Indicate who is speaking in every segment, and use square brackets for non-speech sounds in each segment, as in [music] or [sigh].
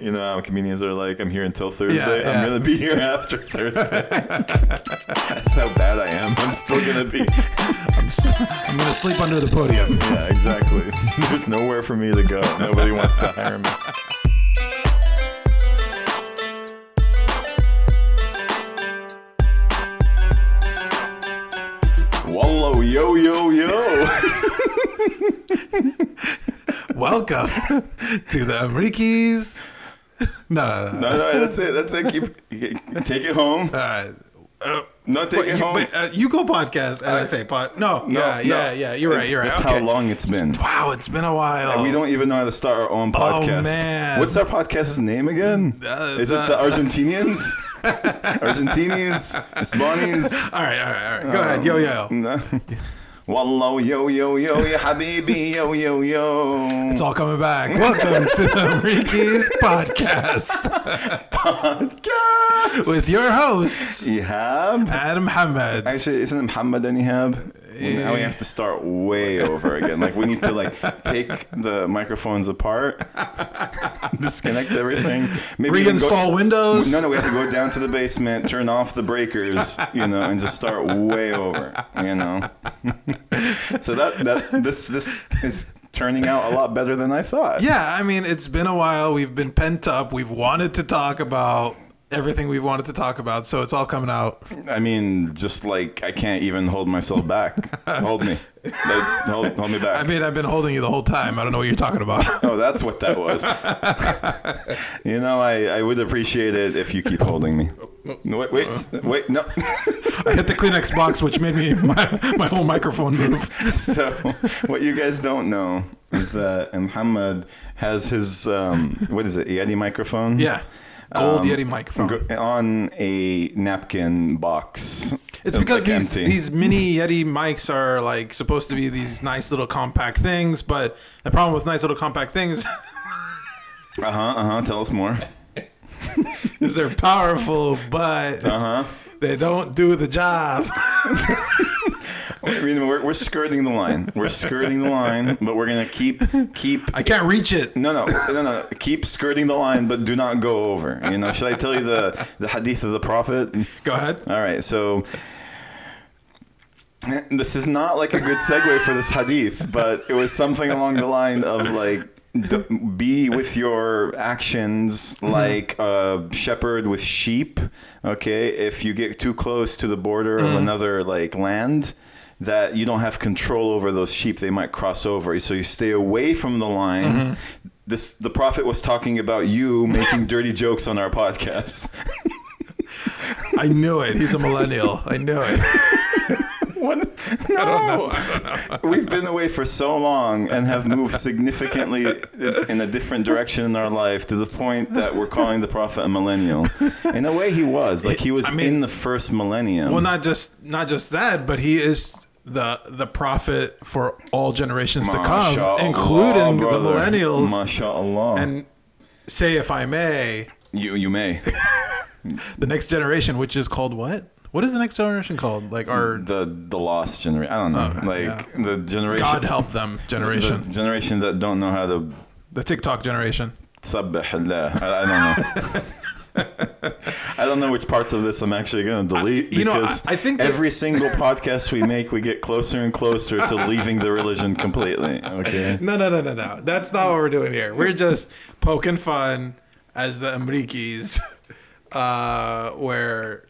Speaker 1: you know how comedians are like, I'm here until Thursday.
Speaker 2: yeah.
Speaker 1: I'm gonna be here after Thursday. [laughs] That's how bad I am. I'm still gonna be.
Speaker 2: I'm gonna sleep under the podium.
Speaker 1: Yeah, exactly. [laughs] There's nowhere for me to go. Nobody wants to hire me. Wallow, yo, yo, yo.
Speaker 2: Welcome to the Enrique's. No, no, no.
Speaker 1: No, no, that's it. That's it. Keep take it home.
Speaker 2: all right. Uh,
Speaker 1: No, take
Speaker 2: wait,
Speaker 1: it
Speaker 2: you,
Speaker 1: home.
Speaker 2: wait, uh, you go podcast, and I, say pod. No,
Speaker 1: No,
Speaker 2: yeah,
Speaker 1: no.
Speaker 2: yeah, yeah. You're right. You're right.
Speaker 1: That's
Speaker 2: okay.
Speaker 1: how long it's been.
Speaker 2: Wow, it's been a while.
Speaker 1: We don't even know how to start our own podcast.
Speaker 2: Oh, man.
Speaker 1: What's our podcast's name again?
Speaker 2: Uh,
Speaker 1: Is it the
Speaker 2: [laughs]
Speaker 1: Argentinians? Argentinians? Hispanis?
Speaker 2: All right, all right, all right.
Speaker 1: Um,
Speaker 2: Go ahead. Yo, yo.
Speaker 1: No. Wallo, yo, yo, yo, ya habibi, yo, yo, yo.
Speaker 2: It's all coming back. Welcome to
Speaker 1: [laughs]
Speaker 2: the Enrique's podcast
Speaker 1: Podcast!
Speaker 2: with your hosts
Speaker 1: Ihab?
Speaker 2: Adam Hamed.
Speaker 1: Actually, isn't it Muhammad and Ihab? Well, now we have to start way over again. Like we need to like take the microphones apart, [laughs] disconnect everything, maybe even go-
Speaker 2: Reinstall Windows.
Speaker 1: No, no, we have to go down to the basement, turn off the breakers, you know, and just start way over, you know. [laughs] so that that this this is turning out a lot better than I thought.
Speaker 2: Yeah, I mean, it's been a while. We've been pent up. We've wanted to talk about everything we've wanted to talk about, so it's all coming out.
Speaker 1: I mean, just like I can't even hold myself back. hold me, like, hold, hold me back.
Speaker 2: I mean, I've been holding you the whole time. I don't know what you're talking about. [laughs]
Speaker 1: Oh, that's what that was. you know, I, I would appreciate it if you keep holding me.
Speaker 2: Oh,
Speaker 1: No, wait, wait, s- wait, no.
Speaker 2: I hit the Kleenex box, which made me my, my whole microphone move.
Speaker 1: [laughs]
Speaker 2: [laughs]
Speaker 1: so, what you guys don't know is that Muhammad has his, um, what is it, Yeti microphone?
Speaker 2: Yeah, gold
Speaker 1: Um,
Speaker 2: Yeti microphone.
Speaker 1: Gr- On a napkin box.
Speaker 2: It's because
Speaker 1: like,
Speaker 2: these,
Speaker 1: empty.
Speaker 2: these mini Yeti mics are like supposed to be these nice little compact things, but the problem with nice little compact things [laughs]
Speaker 1: Uh huh, uh huh. Tell us more.
Speaker 2: is they're powerful, but
Speaker 1: Uh-huh.
Speaker 2: they don't do the job.
Speaker 1: I mean, we're, we're skirting the line. We're skirting the line, but we're going to keep, keep
Speaker 2: I can't reach it.
Speaker 1: No, no, no, no. Keep skirting the line, but do not go over. You know, should I tell you the, the hadith of the Prophet?
Speaker 2: Go ahead.
Speaker 1: All right, so this is not like a good segue for this hadith, but it was something along the line of like, d- be with your actions like a shepherd with sheep. Okay, if you get too close to the border of another like land, that you don't have control over those sheep, they might cross over. So you stay away from the line. This the prophet was talking about you making dirty jokes on our podcast.
Speaker 2: I knew it. He's a millennial. I knew it.
Speaker 1: No.
Speaker 2: [laughs]
Speaker 1: We've been away for so long and have moved significantly in a different direction in our life to the point that we're calling the prophet a millennial. In a way, he was. Like, he was
Speaker 2: I mean-
Speaker 1: in the first millennium.
Speaker 2: Well, not just not just that, but he is the the prophet for all generations to
Speaker 1: Mashallah,
Speaker 2: come, including the
Speaker 1: brother.
Speaker 2: millennials.
Speaker 1: Mashallah. And
Speaker 2: and say, if I may,
Speaker 1: you, you may.
Speaker 2: the next generation, which is called what? What is the next generation called? Like our
Speaker 1: The, the lost generation. I don't know. like, the generation.
Speaker 2: Oh, God help them
Speaker 1: the
Speaker 2: generation,
Speaker 1: generation that don't know how to
Speaker 2: the TikTok generation.
Speaker 1: Subbih Allah. I, I don't know. I don't know which parts of this I'm actually going to delete
Speaker 2: you know, I-
Speaker 1: because
Speaker 2: I think that-
Speaker 1: every single podcast we make, we get closer and closer to leaving the religion completely. Okay.
Speaker 2: No, no, no, no, no. That's not what we're doing here. We're just poking fun as the Amrikis, [laughs] uh, where,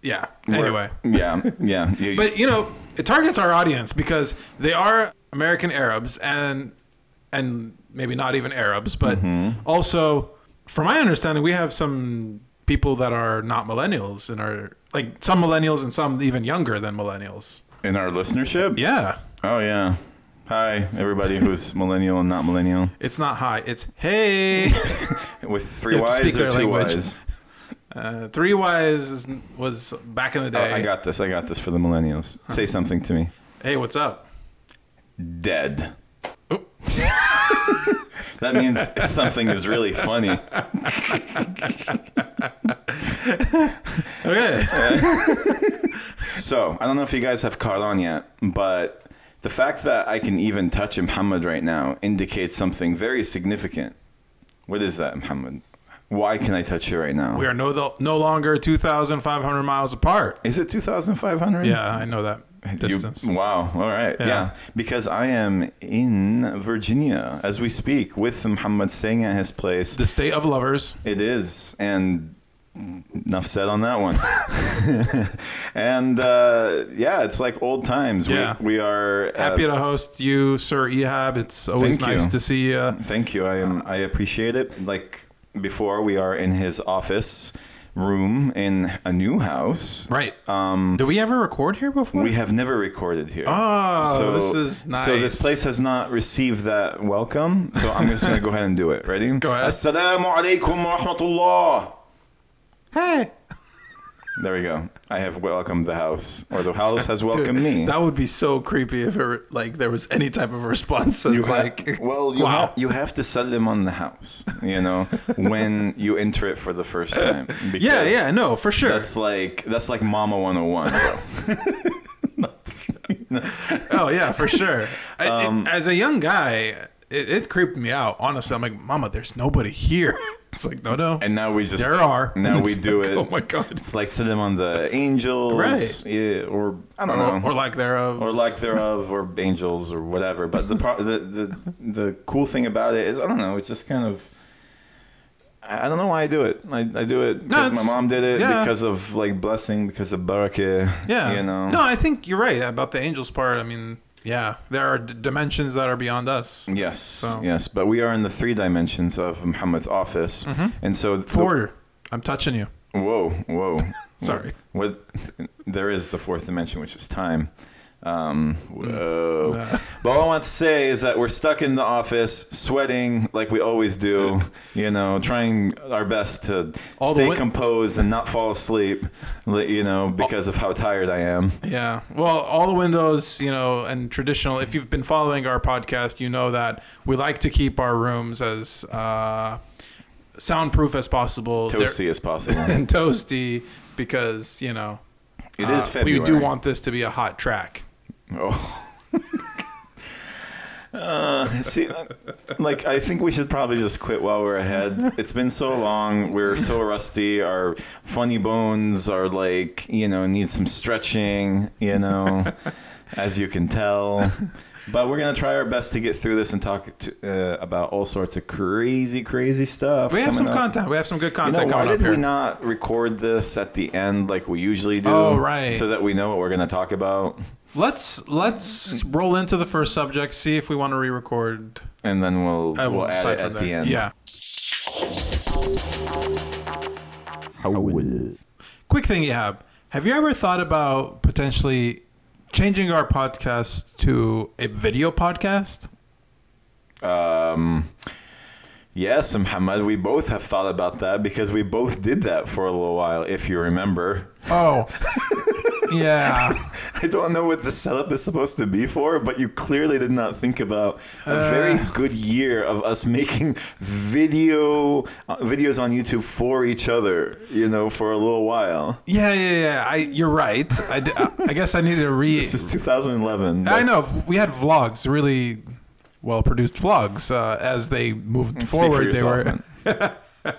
Speaker 2: yeah. Anyway,
Speaker 1: Yeah. Yeah. You-
Speaker 2: but you know, it targets our audience because they are American Arabs and and maybe not even Arabs, but
Speaker 1: Mm-hmm.
Speaker 2: also, from my understanding, we have some people that are not millennials and are like some millennials and some even younger than millennials.
Speaker 1: in our listenership.
Speaker 2: Yeah.
Speaker 1: Oh yeah. Hi everybody who's millennial and not millennial
Speaker 2: It's not high. It's
Speaker 1: [laughs]
Speaker 2: hey.
Speaker 1: with three
Speaker 2: You have to
Speaker 1: Y's
Speaker 2: speak
Speaker 1: or
Speaker 2: their
Speaker 1: two
Speaker 2: language.
Speaker 1: Y's.
Speaker 2: Uh, three Y's is, was back in the day.
Speaker 1: Oh, I got this. I got this for the millennials.
Speaker 2: Uh-huh.
Speaker 1: Say something to me.
Speaker 2: hey, what's up?
Speaker 1: Dead.
Speaker 2: Oh.
Speaker 1: [laughs] that means something is really funny. [laughs]
Speaker 2: Okay.
Speaker 1: So I don't know if you guys have caught on yet, but the fact that I can even touch Muhammad right now indicates something very significant. What is that, Muhammad? Why can I touch you right now?
Speaker 2: We are no no longer 2,500 miles apart.
Speaker 1: Is it 2,500?
Speaker 2: Yeah, I know that
Speaker 1: You-
Speaker 2: distance.
Speaker 1: wow. All right. Yeah. Because I am in Virginia as we speak with Muhammad staying at his place.
Speaker 2: the state of lovers.
Speaker 1: It is. And enough said on that one. [laughs] and uh, yeah, it's like old times.
Speaker 2: Yeah.
Speaker 1: We, we are. uh,
Speaker 2: Happy to host you, Sir Ehab. It's always
Speaker 1: Thank
Speaker 2: nice
Speaker 1: you.
Speaker 2: to see you.
Speaker 1: Thank you. I am. I appreciate it. Like before, we are in his office room in a new house.
Speaker 2: Right. Um, Did we ever record here before?
Speaker 1: We have never recorded here.
Speaker 2: Oh, this is
Speaker 1: So
Speaker 2: nice.
Speaker 1: this place has not received that welcome. So I'm just gonna go ahead and do it.
Speaker 2: [laughs]
Speaker 1: Ready? Go
Speaker 2: ahead.
Speaker 1: Assalamu alaikum wa rahmatullah.
Speaker 2: hey.
Speaker 1: There we go. I have welcomed the house, or the house
Speaker 2: [laughs]
Speaker 1: has welcomed me.
Speaker 2: That would be so creepy if it, like there was any type of response. It's
Speaker 1: ha-
Speaker 2: like,
Speaker 1: well, you,
Speaker 2: wow.
Speaker 1: ha- you have to sell them on the house, you know, when you enter it for the first time.
Speaker 2: [laughs] yeah,
Speaker 1: because
Speaker 2: yeah, no, for sure.
Speaker 1: That's like that's like Mama 101, bro.
Speaker 2: oh
Speaker 1: [laughs]
Speaker 2: yeah, for sure. I, it-
Speaker 1: Um,
Speaker 2: as a young guy, it, it creeped me out. Honestly, I'm like, Mama, there's nobody here. [laughs] It's like, no, no,
Speaker 1: and now we just
Speaker 2: there are.
Speaker 1: Now
Speaker 2: And
Speaker 1: we
Speaker 2: [laughs] it's
Speaker 1: do
Speaker 2: like,
Speaker 1: it.
Speaker 2: Oh my god.
Speaker 1: It's like send them on the angels,
Speaker 2: Right.
Speaker 1: Yeah, or I don't know,
Speaker 2: Or, or like thereof.
Speaker 1: or like thereof, or angels, or whatever. But the pro- the the the cool thing about it is I don't know. It's just kind of. I I don't know why I do it. I, I do it because my
Speaker 2: it's-
Speaker 1: mom did it
Speaker 2: yeah.
Speaker 1: because of like blessing, because of barakah.
Speaker 2: yeah.
Speaker 1: you know.
Speaker 2: No, I think you're right about the angels part. I mean, yeah, there are d- dimensions that are beyond us.
Speaker 1: Yes, yes, but we are in the three dimensions of Muhammad's office, and so the-
Speaker 2: Mm-hmm. Four. I'm touching you.
Speaker 1: Whoa, whoa.
Speaker 2: [laughs] Sorry.
Speaker 1: What? There is the fourth dimension, which is time. Um,
Speaker 2: Mm.
Speaker 1: whoa. But all I want to say is that we're stuck in the office, sweating like we always
Speaker 2: [laughs]
Speaker 1: do. You know, trying our best to
Speaker 2: All the
Speaker 1: stay
Speaker 2: win-
Speaker 1: composed and not fall asleep. li- You know, because of how tired I am.
Speaker 2: Yeah. Well, all the windows, you know, and traditional. If you've been following our podcast, you know that we like to keep our rooms as uh, soundproof as possible. They're-
Speaker 1: Toasty as possible.
Speaker 2: [laughs] and toasty because you know
Speaker 1: It is
Speaker 2: uh, we
Speaker 1: February.
Speaker 2: do want this to be a hot track.
Speaker 1: Oh. Uh, see, like I think we should probably just quit while we're ahead. It's been so long. We're so rusty. Our funny bones are like you know need some stretching. You know, as you can tell. But we're gonna try our best to get through this and talk to, uh, about all sorts of crazy, crazy stuff.
Speaker 2: We have
Speaker 1: coming
Speaker 2: some
Speaker 1: up.
Speaker 2: content. We have some good
Speaker 1: You know,
Speaker 2: content
Speaker 1: why
Speaker 2: coming up
Speaker 1: did
Speaker 2: here.
Speaker 1: we not record this at the end like we usually do?
Speaker 2: Oh, right.
Speaker 1: So that we know what we're gonna talk about.
Speaker 2: let's let's roll into the first subject. See if we want to re-record.
Speaker 1: and then we'll
Speaker 2: I
Speaker 1: we'll
Speaker 2: won't
Speaker 1: add
Speaker 2: decide
Speaker 1: it
Speaker 2: from
Speaker 1: at the
Speaker 2: there.
Speaker 1: end.
Speaker 2: Yeah. Quick thing, Yab. Have you ever thought about potentially changing our podcast to a video podcast?
Speaker 1: Um, yes, Muhammad, we both have thought about that because we both did that for a little while, if you remember. [laughs]
Speaker 2: Oh, [laughs] yeah.
Speaker 1: I don't know what the setup is supposed to be for, but you clearly did not think about a very
Speaker 2: Uh.
Speaker 1: good year of us [laughs] making video uh, videos on YouTube for each other. You know, for a little while.
Speaker 2: Yeah, yeah, yeah. I, you're right. I, d- I- I guess I need to re.
Speaker 1: This is 2011.
Speaker 2: I
Speaker 1: but
Speaker 2: know we had vlogs, really well produced vlogs. Uh, as they moved
Speaker 1: speak for
Speaker 2: forward, they
Speaker 1: yourself,
Speaker 2: were.
Speaker 1: man. [laughs]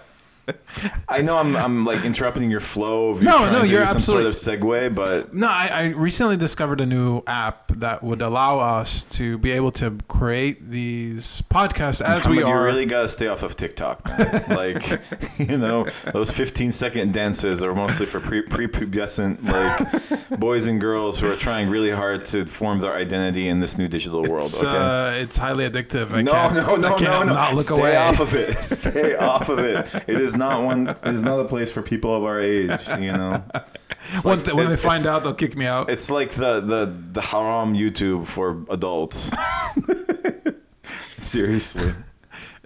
Speaker 1: I know I'm, I'm like interrupting your flow of you
Speaker 2: No,
Speaker 1: trying
Speaker 2: no,
Speaker 1: to do
Speaker 2: you're
Speaker 1: some sort of segue, but
Speaker 2: No, I, I recently discovered a new app that would allow us to be able to create these podcasts as we
Speaker 1: But you
Speaker 2: are.
Speaker 1: really gotta stay off of TikTok,
Speaker 2: [laughs]
Speaker 1: man. like [laughs] you know, those 15 second dances are mostly for pre prepubescent like
Speaker 2: [laughs]
Speaker 1: boys and girls who are trying really hard to form their identity in this new digital world.
Speaker 2: it's,
Speaker 1: Okay.
Speaker 2: uh, it's highly addictive. I
Speaker 1: no,
Speaker 2: can't,
Speaker 1: no, no,
Speaker 2: I
Speaker 1: no,
Speaker 2: can't
Speaker 1: no!
Speaker 2: Not look
Speaker 1: Stay
Speaker 2: away.
Speaker 1: off of it. [laughs] Stay off of it. It is not one. It is not a place for people of our age. You know, It's
Speaker 2: Once
Speaker 1: like-
Speaker 2: they- when they
Speaker 1: it's-
Speaker 2: find
Speaker 1: it's-
Speaker 2: out, they'll kick me out.
Speaker 1: it's like the the the haram YouTube for
Speaker 2: [laughs]
Speaker 1: adults. [laughs] Seriously.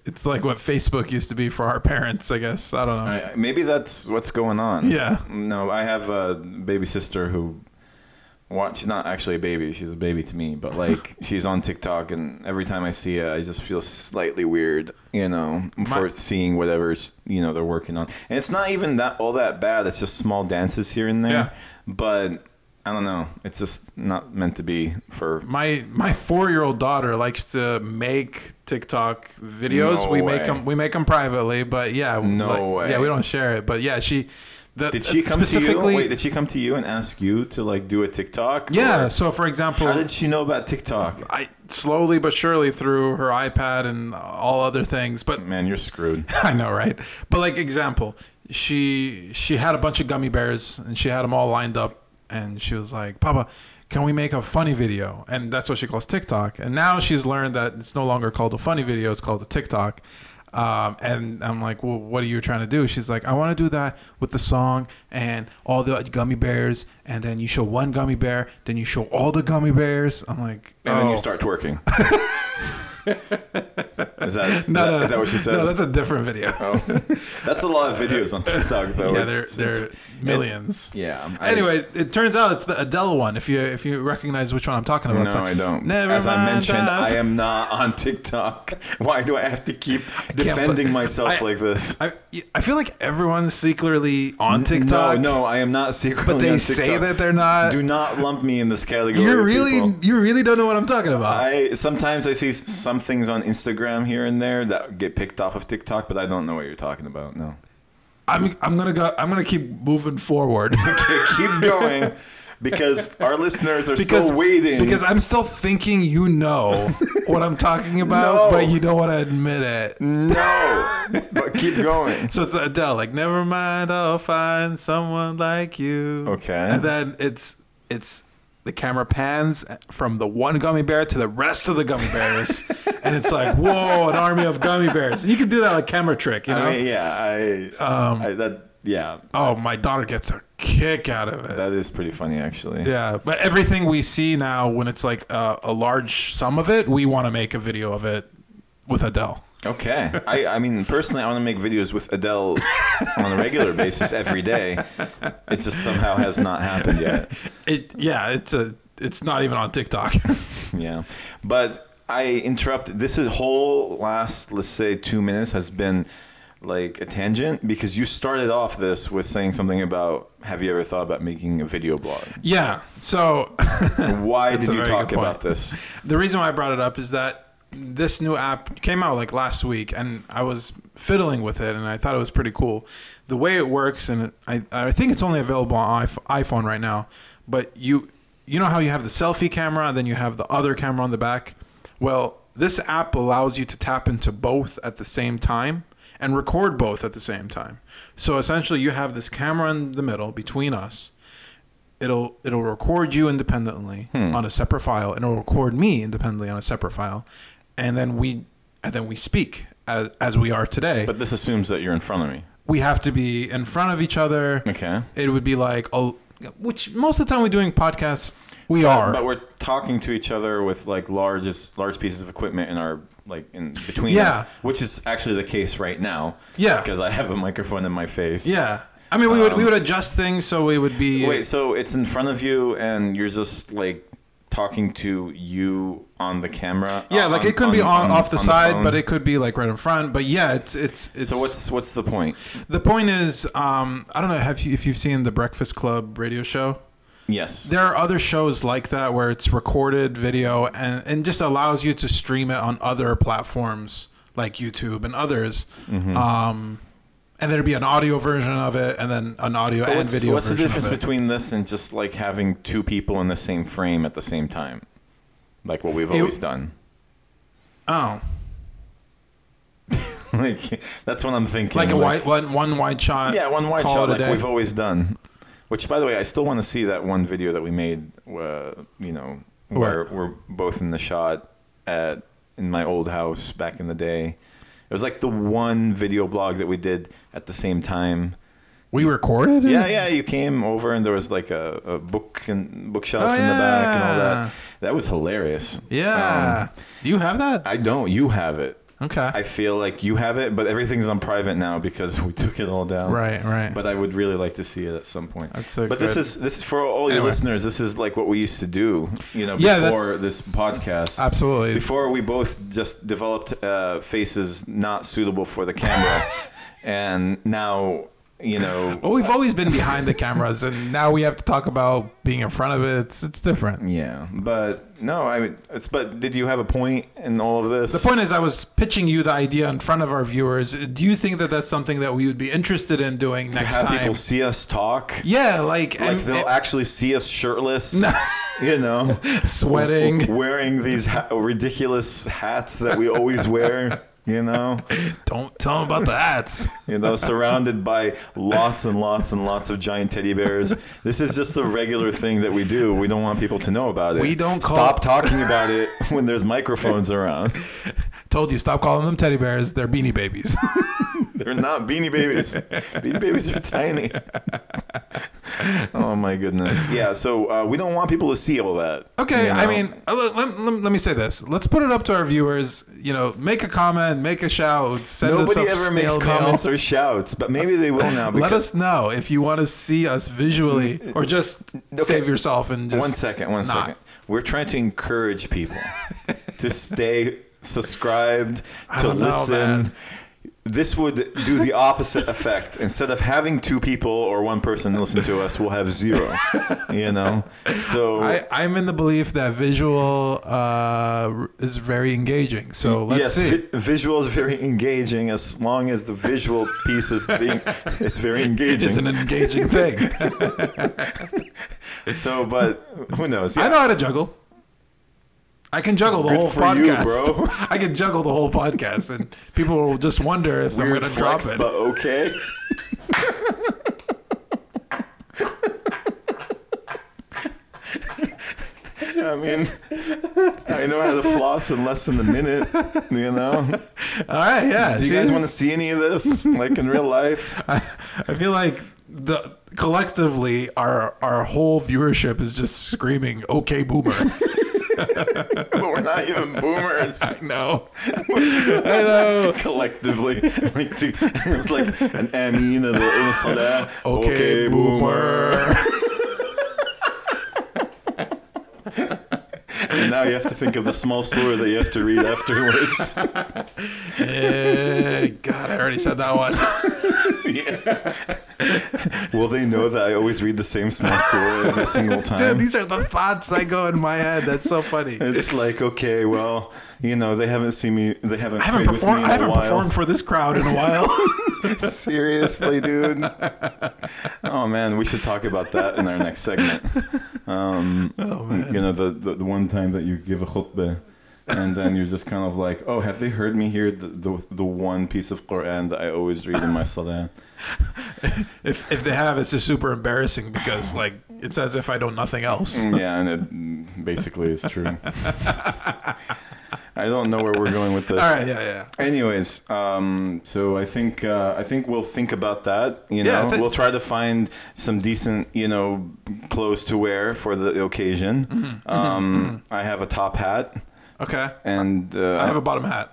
Speaker 2: It's like what Facebook used to be for our [laughs] parents, I guess. I don't know.
Speaker 1: I- I- Maybe that's what's going on.
Speaker 2: Yeah.
Speaker 1: No, I have a baby sister who, wa- she's not actually a baby. She's a baby to me, but
Speaker 2: [laughs]
Speaker 1: like she's on TikTok, and every time I see her, I just feel slightly weird, you know, for seeing whatever you know they're working on. And it's not even that all that bad. It's just small dances here and there.
Speaker 2: Yeah.
Speaker 1: But I don't know. It's just not meant to be for.
Speaker 2: My my four year old daughter likes to make TikTok videos.
Speaker 1: No
Speaker 2: we make
Speaker 1: way.
Speaker 2: them we make them privately, but yeah,
Speaker 1: No way.
Speaker 2: Yeah, we don't share it, but yeah, she. The,
Speaker 1: Did she come to you?
Speaker 2: Uh, specifically?
Speaker 1: Wait, did she come to you and ask you to like do a TikTok?
Speaker 2: yeah.
Speaker 1: Or-
Speaker 2: So for example,
Speaker 1: How did she know about TikTok?
Speaker 2: I slowly but surely through her iPad and all other things, but
Speaker 1: Man, you're screwed.
Speaker 2: [laughs] I know, right? But like example, she she had a bunch of gummy bears and she had them all lined up, and she was like, "Papa, can we make a funny video?" And that's what she calls TikTok. And now she's learned that it's no longer called a funny video; it's called a TikTok. Um, and I'm like, well, what are you trying to do? She's like, I want to do that with the song and all the gummy bears, and then you show one gummy bear, then you show all the gummy bears. I'm like,
Speaker 1: And then
Speaker 2: "Oh."
Speaker 1: you start
Speaker 2: [laughs]
Speaker 1: twerking. is that
Speaker 2: No,
Speaker 1: is that-
Speaker 2: no, no.
Speaker 1: is that what she says?
Speaker 2: No, that's a different video.
Speaker 1: That's a lot of videos on TikTok, though.
Speaker 2: yeah, they're,
Speaker 1: Oh, It's-
Speaker 2: they're
Speaker 1: it's-
Speaker 2: millions.
Speaker 1: yeah. I'm- I-
Speaker 2: Anyway, it turns out it's the Adele one. If you if you recognize which one I'm talking about,
Speaker 1: No,
Speaker 2: It's like,
Speaker 1: I don't.
Speaker 2: Never
Speaker 1: As I
Speaker 2: mind,
Speaker 1: mentioned,
Speaker 2: I've-
Speaker 1: I am not on TikTok. [laughs] Why do I have to keep
Speaker 2: can't
Speaker 1: defending
Speaker 2: put-
Speaker 1: myself
Speaker 2: I-
Speaker 1: like this?
Speaker 2: I, I feel like everyone's secretly on TikTok.
Speaker 1: No, no, I am not secretly.
Speaker 2: but they
Speaker 1: on
Speaker 2: say
Speaker 1: TikTok.
Speaker 2: that they're not.
Speaker 1: Do not lump me in this category.
Speaker 2: you
Speaker 1: of
Speaker 2: really
Speaker 1: people.
Speaker 2: you really don't know what I'm talking about.
Speaker 1: I sometimes I see some things on Instagram here and there that get picked off of TikTok, but I don't know what you're talking about. No,
Speaker 2: I'm I'm gonna go. I'm gonna keep
Speaker 1: [laughs]
Speaker 2: moving forward
Speaker 1: okay, keep going because our listeners are
Speaker 2: [laughs] because
Speaker 1: still waiting.
Speaker 2: because I'm still thinking
Speaker 1: [laughs]
Speaker 2: you know what I'm talking about,
Speaker 1: No.
Speaker 2: but you don't want to admit it.
Speaker 1: no, but keep
Speaker 2: [laughs]
Speaker 1: going.
Speaker 2: So it's the Adele, like, never mind, I'll find someone like you.
Speaker 1: Okay.
Speaker 2: And then it's it's the camera pans from the one gummy bear to the rest of the gummy [laughs] bears, and it's like, whoa, an army of gummy bears. And you can do that like camera trick, you know?
Speaker 1: I mean, yeah, I,
Speaker 2: Um,
Speaker 1: I that yeah,
Speaker 2: oh, my daughter gets a kick out of it.
Speaker 1: that is pretty funny actually.
Speaker 2: yeah, but everything we see now, when it's like a, a large sum of it, we want to make a video of it with Adele.
Speaker 1: Okay. I, I mean, personally, I want to make videos with Adele on a regular basis every day. It just somehow has not happened yet.
Speaker 2: It, yeah, it's a, it's not even on TikTok.
Speaker 1: Yeah. But I interrupt. This is whole last, let's say, two minutes has been like a tangent because you started off this with saying something about have you ever thought about making a video blog?
Speaker 2: [laughs] yeah, so
Speaker 1: Why
Speaker 2: a
Speaker 1: did you
Speaker 2: very
Speaker 1: talk
Speaker 2: good point.
Speaker 1: about this?
Speaker 2: The reason why I brought it up is that this new app came out like last week, and I was fiddling with it, and I thought it was pretty cool. The way it works, and it, I, I think it's only available on iPh- iPhone right now, but you you know how you have the selfie camera, and then you have the other camera on the back. Well, this app allows you to tap into both at the same time and record both at the same time. So essentially, you have this camera in the middle between us, it'll it'll record you independently
Speaker 1: Hmm.
Speaker 2: on a separate file and it'll record me independently on a separate file and then we and then we speak as, as we are today
Speaker 1: But this assumes that you're in front of me.
Speaker 2: we have to be in front of each other
Speaker 1: Okay.
Speaker 2: it would be like oh which most of the time we're doing podcasts we are
Speaker 1: But we're talking to each other with like largest large pieces of equipment in our like in between
Speaker 2: Yeah.
Speaker 1: us, which is actually the case right now.
Speaker 2: Yeah.
Speaker 1: because I have a microphone in my face.
Speaker 2: yeah i mean we would we would adjust things so we would be
Speaker 1: Um, Wait, so it's in front of you, and you're just like talking to you on the camera.
Speaker 2: yeah
Speaker 1: on-
Speaker 2: like it could be on, off the
Speaker 1: on
Speaker 2: side but
Speaker 1: phone?
Speaker 2: it could be like right in front but yeah it's it's it's
Speaker 1: So what's what's the point?
Speaker 2: the point is um i don't know have you, if you've seen the breakfast club radio show
Speaker 1: Yes.
Speaker 2: there are other shows like that where it's recorded video and, and just allows you to stream it on other platforms like YouTube and others. Um, and there'd be an audio version of it and then an audio
Speaker 1: But
Speaker 2: and
Speaker 1: what's
Speaker 2: video
Speaker 1: what's the
Speaker 2: version
Speaker 1: difference
Speaker 2: of it.
Speaker 1: between this and just like having two people in the same frame at the same time, like what we've always done? [laughs]
Speaker 2: oh,
Speaker 1: like that's what I'm thinking.
Speaker 2: like a wide one, one wide shot.
Speaker 1: Yeah, one wide
Speaker 2: call
Speaker 1: shot
Speaker 2: it a
Speaker 1: like
Speaker 2: day.
Speaker 1: we've always done. Which, by the way, I still want to see that one video that we made. Uh, you know, where
Speaker 2: Where?
Speaker 1: we're both in the shot at in my old house back in the day. It was like the one video blog that we did at the same time.
Speaker 2: we recorded. it?
Speaker 1: Yeah, yeah. You came over and there was like a, a book and bookshelf
Speaker 2: Oh,
Speaker 1: in the back and all
Speaker 2: yeah.
Speaker 1: that. That was hilarious.
Speaker 2: yeah.
Speaker 1: Um,
Speaker 2: Do you have that?
Speaker 1: I don't. You have it.
Speaker 2: Okay,
Speaker 1: I feel like you have it, but everything's on private now because [laughs] we took it all down
Speaker 2: right, right.
Speaker 1: but I would really like to see it at some point.
Speaker 2: That's a
Speaker 1: but this
Speaker 2: good-
Speaker 1: is this is for all your
Speaker 2: Anyway.
Speaker 1: listeners. This is like what we used to do, you know,
Speaker 2: Yeah, that-
Speaker 1: before this podcast.
Speaker 2: Absolutely.
Speaker 1: Before we both just
Speaker 2: [laughs]
Speaker 1: developed uh, faces not suitable for the camera, and now you know,
Speaker 2: Well, we've always been behind the cameras, and now we have to talk about being in front of it. It's, it's different.
Speaker 1: yeah. But no, I mean, it's, but did you have a point in all of this?
Speaker 2: The point is, I was pitching you the idea in front of our viewers. Do you think that that's something that we would be interested in doing
Speaker 1: to
Speaker 2: next
Speaker 1: have
Speaker 2: time?
Speaker 1: people see us talk.
Speaker 2: yeah, like,
Speaker 1: Like
Speaker 2: and-
Speaker 1: they'll
Speaker 2: and
Speaker 1: actually see us shirtless, [laughs] you know,
Speaker 2: [laughs] sweating.
Speaker 1: wearing these ha- ridiculous hats that we
Speaker 2: [laughs]
Speaker 1: always wear, you know,
Speaker 2: Don't tell them about
Speaker 1: [laughs]
Speaker 2: the hats.
Speaker 1: you know, surrounded by lots and lots and lots of giant teddy bears. This is just a regular thing that we do. We don't want people to know about it.
Speaker 2: We don't call-
Speaker 1: stop talking about it [laughs] when there's microphones around. [laughs]
Speaker 2: Told you, stop calling them teddy bears. They're beanie babies. [laughs]
Speaker 1: They're not beanie babies. beanie babies are tiny. [laughs] oh my goodness. Yeah. So uh, we don't want people to see all that.
Speaker 2: Okay,
Speaker 1: you
Speaker 2: I
Speaker 1: know?
Speaker 2: mean, uh, let, let, let, let me say this. Let's put it up to our viewers. You know, make a comment, make a shout, send us
Speaker 1: Nobody
Speaker 2: up
Speaker 1: ever makes
Speaker 2: snail mail.
Speaker 1: comments or shouts, but maybe they will now.
Speaker 2: [laughs] Let
Speaker 1: Because Mm,
Speaker 2: us know if you want to see us visually, or just save yourself and just
Speaker 1: one second, one
Speaker 2: not.
Speaker 1: second. We're trying to encourage
Speaker 2: [laughs]
Speaker 1: people to stay subscribed, to
Speaker 2: don't know,
Speaker 1: listen.
Speaker 2: man.
Speaker 1: this would do the
Speaker 2: [laughs]
Speaker 1: opposite effect. Instead of having two people or one person listen to us, we'll have zero. You know, so
Speaker 2: [laughs] I, I'm in the belief that visual uh, is very engaging. So let's
Speaker 1: yes,
Speaker 2: see.
Speaker 1: vi- visual is very engaging as long as the visual piece is
Speaker 2: [laughs]
Speaker 1: being, is very
Speaker 2: it's an
Speaker 1: engaging.
Speaker 2: engaging thing.
Speaker 1: [laughs] So, but who knows?
Speaker 2: I
Speaker 1: Yeah.
Speaker 2: know how to juggle. I can juggle the
Speaker 1: Good
Speaker 2: whole
Speaker 1: for you,
Speaker 2: podcast.
Speaker 1: bro.
Speaker 2: [laughs] I can juggle the whole podcast, and people will just wonder if I'm
Speaker 1: Weird
Speaker 2: going to drop
Speaker 1: flex,
Speaker 2: it.
Speaker 1: but okay. I mean, I know how to floss in less than a minute. You know?
Speaker 2: All right, yeah.
Speaker 1: Do you
Speaker 2: see?
Speaker 1: guys want to see any of this, like in real life?
Speaker 2: I feel like the collectively our our whole viewership is just screaming "Okay, boomer."
Speaker 1: [laughs]
Speaker 2: [laughs]
Speaker 1: But we're not even boomers.
Speaker 2: no, I know.
Speaker 1: [laughs] collectively. [laughs] like to, it's like an Emmy and a little soda.
Speaker 2: Okay, boomer.
Speaker 1: And now you have to think of the small slur that you have to read afterwards.
Speaker 2: Eh, God, I already said that one.
Speaker 1: Will they know that I always read the same small slur every single
Speaker 2: [laughs] Dude,
Speaker 1: time?
Speaker 2: these are the thoughts that go in my head. That's so [laughs] funny.
Speaker 1: It's like okay, well, you know, they haven't seen me. They haven't.
Speaker 2: I haven't
Speaker 1: played with me
Speaker 2: performed.
Speaker 1: in a
Speaker 2: I haven't
Speaker 1: while.
Speaker 2: performed for this crowd in a while.
Speaker 1: [laughs] Seriously, dude. Oh man, we should talk about that in our next segment. Um,
Speaker 2: Oh,
Speaker 1: You know, the, the the one time that you give a khutbah, and then you're just kind of like, oh, have they heard me hear the the, the one piece of Quran that I always read in my
Speaker 2: [laughs]
Speaker 1: salah?
Speaker 2: if if they have, it's just super embarrassing because like it's as if I know nothing else.
Speaker 1: Yeah, and it basically is true. I don't know where we're going with this.
Speaker 2: All right, yeah, yeah.
Speaker 1: Anyways, um, so I think uh, I think we'll think about that. You know,
Speaker 2: Yeah, I thi-
Speaker 1: we'll try to find some decent, you know, clothes to wear for the occasion.
Speaker 2: Mm-hmm,
Speaker 1: um, I have a top hat,
Speaker 2: Okay.
Speaker 1: and uh, [laughs]
Speaker 2: mm-hmm. I have a bottom hat.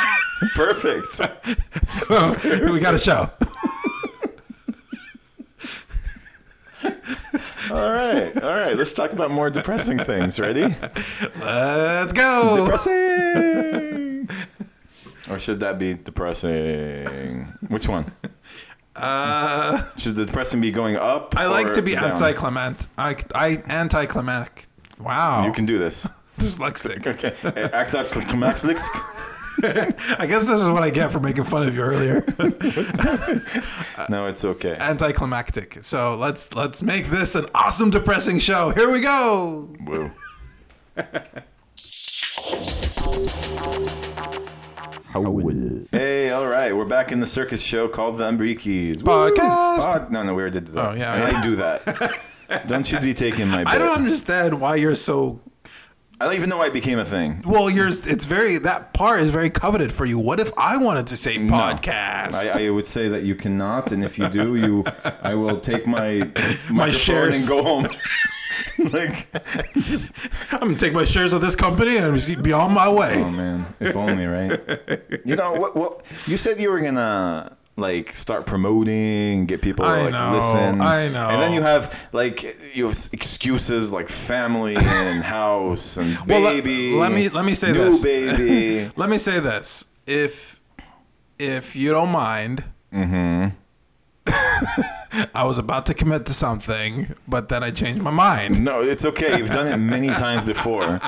Speaker 2: [laughs]
Speaker 1: perfect.
Speaker 2: we got a show.
Speaker 1: all right, all right. Let's talk about more depressing things.
Speaker 2: [laughs]
Speaker 1: Ready?
Speaker 2: Let's go.
Speaker 1: Depressing. or should that be depressing? Which one?
Speaker 2: Uh,
Speaker 1: Should the depressing be going up?
Speaker 2: I like
Speaker 1: or
Speaker 2: to be
Speaker 1: down?
Speaker 2: anticlimant. I, I anticlimactic. Wow,
Speaker 1: You can do this.
Speaker 2: dyslexic.
Speaker 1: Okay. Act out climaxlix.
Speaker 2: I guess this is what I get for making fun of you earlier. [laughs] Uh,
Speaker 1: No, it's okay.
Speaker 2: anticlimactic. So let's let's make this an awesome, depressing show. Here we go.
Speaker 1: Woo. hey, all right, we're back in the circus show called the Umbrikis. Woo!
Speaker 2: Podcast.
Speaker 1: Pod- no, no, we already did that.
Speaker 2: Oh, yeah, yeah.
Speaker 1: I do that. don't you be taking my bit.
Speaker 2: [laughs] I don't understand why you're so
Speaker 1: I don't even know why it became a thing.
Speaker 2: well. You're it's very that part is very coveted for you. What if I wanted to say podcast?
Speaker 1: I, I would say that you cannot, and if you do, you, I will take my my
Speaker 2: shares.
Speaker 1: and go home. [laughs] like, just,
Speaker 2: I, am gonna take my shares of this company and see- be on my way.
Speaker 1: Oh man, if only, right? You know what? What you said you were gonna like start promoting, get people
Speaker 2: I
Speaker 1: like
Speaker 2: know,
Speaker 1: to listen.
Speaker 2: I know.
Speaker 1: And then you have like you have excuses like family and [laughs] house and
Speaker 2: Well, let-
Speaker 1: baby.
Speaker 2: let me- let me say
Speaker 1: new
Speaker 2: this. [laughs]
Speaker 1: baby.
Speaker 2: Let me say this: if if you don't mind, [laughs] I was about to commit to something, but then I changed my mind.
Speaker 1: No, it's okay. You've done it many times before.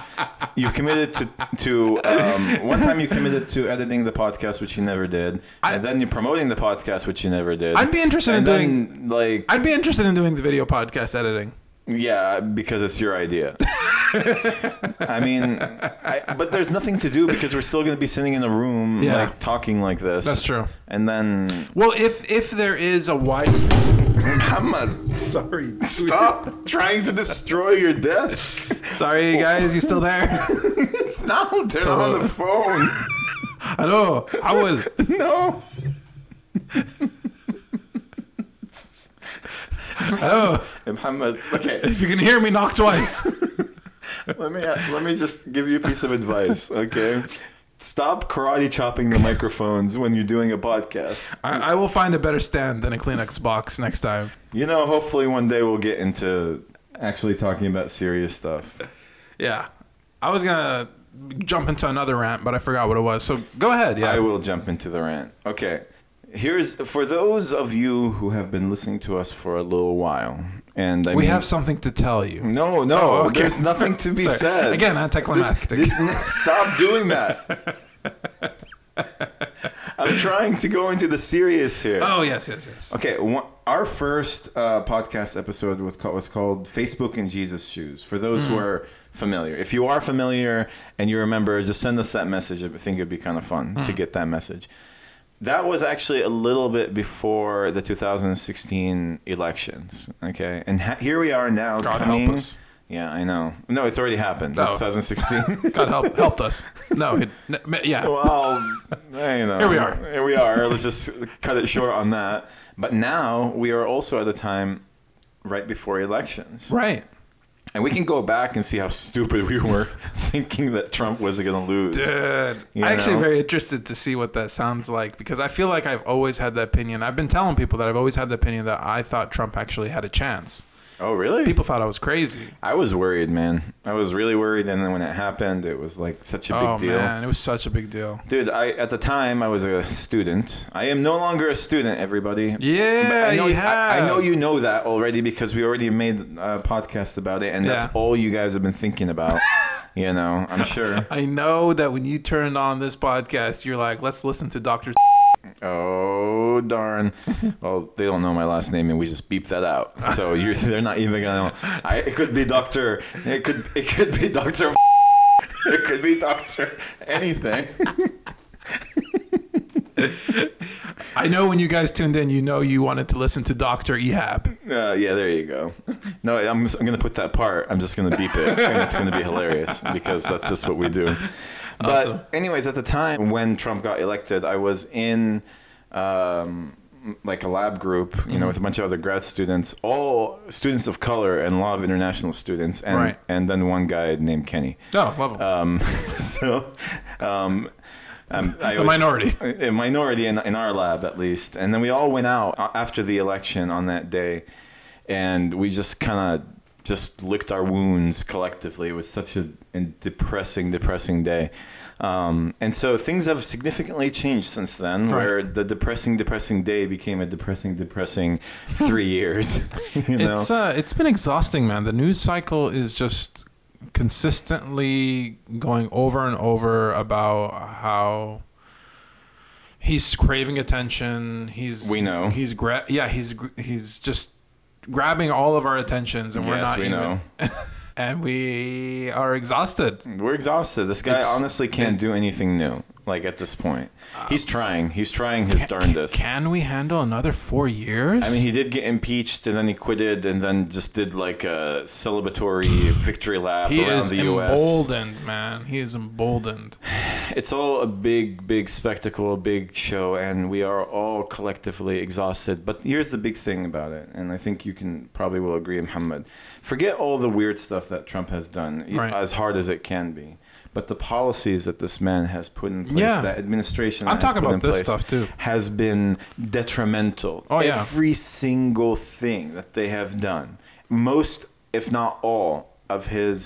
Speaker 1: You've committed to to um, one time you committed to editing the podcast, which you never did, and then you're promoting the podcast, which you never did.
Speaker 2: I'd be interested
Speaker 1: and then,
Speaker 2: in
Speaker 1: like
Speaker 2: I'd be interested in doing the video podcast editing.
Speaker 1: yeah, because it's your idea. I mean, I, but there's nothing to do because we're still going to be sitting in a room
Speaker 2: Yeah.
Speaker 1: like talking like this.
Speaker 2: That's true.
Speaker 1: And then [laughs]
Speaker 2: Well, if if there is a wide
Speaker 1: Muhammad,
Speaker 2: sorry,
Speaker 1: stop trying to destroy your desk.
Speaker 2: sorry guys, you still there?
Speaker 1: It's not. They're not on the phone.
Speaker 2: Hello, I will.
Speaker 1: [laughs] No.
Speaker 2: Hello,
Speaker 1: Muhammad, okay.
Speaker 2: if you can hear me, knock twice.
Speaker 1: Let me let me just give you a piece of advice, okay? Stop karate chopping the microphones when you're doing a podcast.
Speaker 2: I, I will find a better stand than a Kleenex box next time.
Speaker 1: You know, hopefully one day we'll get into actually talking about serious stuff.
Speaker 2: Yeah, I was gonna jump into another rant, but I forgot what it was. So go ahead. Yeah,
Speaker 1: I will jump into the rant. Okay. Here's for those of you who have been listening to us for a little while, and I
Speaker 2: we
Speaker 1: mean,
Speaker 2: have something to tell you.
Speaker 1: no, no,
Speaker 2: Oh, okay.
Speaker 1: there's nothing to be
Speaker 2: [laughs] Sorry.
Speaker 1: said.
Speaker 2: Again,
Speaker 1: This-
Speaker 2: anticlimactic.
Speaker 1: this- stop doing that. I'm trying to go into the serious here.
Speaker 2: [laughs] oh yes, yes,
Speaker 1: [laughs]
Speaker 2: yes.
Speaker 1: Okay, one, our first uh, podcast episode was called, was called Facebook in Jesus' Shoes. For those who
Speaker 2: Hmm.
Speaker 1: are familiar, if you are familiar and you remember, just send us that message. I think it'd be kind of fun
Speaker 2: Hmm.
Speaker 1: to get that message. That was actually a little bit before the 2016 elections. Okay, and ha- here we are now.
Speaker 2: God help
Speaker 1: coming-
Speaker 2: us.
Speaker 1: Yeah, I know. No, it's already happened.
Speaker 2: Oh.
Speaker 1: 2016. [laughs]
Speaker 2: [laughs] God help helped us. No, it, n- m- yeah.
Speaker 1: well, you know,
Speaker 2: Here we are.
Speaker 1: Here we are. Let's just cut it short on that. But now we are also at a time right before elections,
Speaker 2: Right.
Speaker 1: and we can go back and see how stupid we were [laughs] thinking that Trump was going to lose.
Speaker 2: Good.
Speaker 1: uh, You
Speaker 2: I'm actually
Speaker 1: know?
Speaker 2: very interested to see what that sounds like because I feel like I've always had the opinion. I've been telling people that I've always had the opinion that I thought Trump actually had a chance.
Speaker 1: Oh, really?
Speaker 2: People thought I was crazy.
Speaker 1: I was worried, man. I was really worried, and then when it happened, it was like such a big
Speaker 2: oh
Speaker 1: deal.
Speaker 2: man, it was such a big deal.
Speaker 1: Dude, I at the time I was a student. I am no longer a student, everybody.
Speaker 2: Yeah,
Speaker 1: But I know,
Speaker 2: you
Speaker 1: I, I know
Speaker 2: have.
Speaker 1: you know that already because we already made a podcast about it, and that's
Speaker 2: Yeah.
Speaker 1: all you guys have been thinking
Speaker 2: [laughs]
Speaker 1: about. you know, I'm sure.
Speaker 2: I know that when you turned on this podcast, you're like, let's listen to Doctor.
Speaker 1: Oh darn! Well, they don't know my last name, and we just beep that out. So
Speaker 2: [laughs]
Speaker 1: you're they're not even gonna. Know. I, it could be Doctor. It could it could be Doctor. [laughs] It could be Doctor. Anything.
Speaker 2: I know when you guys tuned in, you know you wanted to listen to Doctor Ehab.
Speaker 1: Uh, yeah, there you go. No, I'm, just- I'm going to put that part. I'm just going to beep it. and it's going to be hilarious because that's just what we do. But,
Speaker 2: Awesome.
Speaker 1: anyways, at the time when Trump got elected, I was in um, like a lab group, you
Speaker 2: Mm-hmm.
Speaker 1: know, with a bunch of other grad students, all students of color and law of international students, and,
Speaker 2: Right.
Speaker 1: and then one guy named Kenny.
Speaker 2: Oh, love him.
Speaker 1: Um, [laughs] so, um, um, I
Speaker 2: A
Speaker 1: was-
Speaker 2: minority.
Speaker 1: a minority in, in our lab at least. And then we all went out a- after the election on that day, and we just kind of just licked our wounds collectively. It was such a a depressing, depressing day. Um, and so things have significantly changed since then, where the depressing, depressing day became a depressing, depressing three [laughs] years. you know,
Speaker 2: It's uh, it's been exhausting, man. The news cycle is just consistently going over and over about how he's craving attention. He's
Speaker 1: We know.
Speaker 2: he's gra- yeah he's gr- he's just grabbing all of our attentions, and we're
Speaker 1: Yes,
Speaker 2: not
Speaker 1: we
Speaker 2: even,
Speaker 1: know.
Speaker 2: and we are exhausted.
Speaker 1: We're exhausted. This guy
Speaker 2: It's- Uh,
Speaker 1: honestly can't do anything new. Like at this point, he's trying. He's trying his darndest.
Speaker 2: Can we handle another four years?
Speaker 1: I mean, he did get impeached, and then he quitted, and then just did like a celebratory victory lap
Speaker 2: he
Speaker 1: around
Speaker 2: is
Speaker 1: the U.S.
Speaker 2: emboldened, man. He is emboldened.
Speaker 1: It's all a big, big spectacle, a big show, and we are all collectively exhausted. But here's the big thing about it, and I think you can probably will agree, Muhammad. Forget all the weird stuff that Trump has done, e-
Speaker 2: Right.
Speaker 1: as hard as it can be. But the policies that this man has put in place,
Speaker 2: Yeah.
Speaker 1: that administration
Speaker 2: I'm
Speaker 1: that has
Speaker 2: talking
Speaker 1: put
Speaker 2: about
Speaker 1: in
Speaker 2: this
Speaker 1: place,
Speaker 2: stuff, too.
Speaker 1: has been detrimental.
Speaker 2: Oh, yeah.
Speaker 1: Every single thing that they have done, most, if not all, of his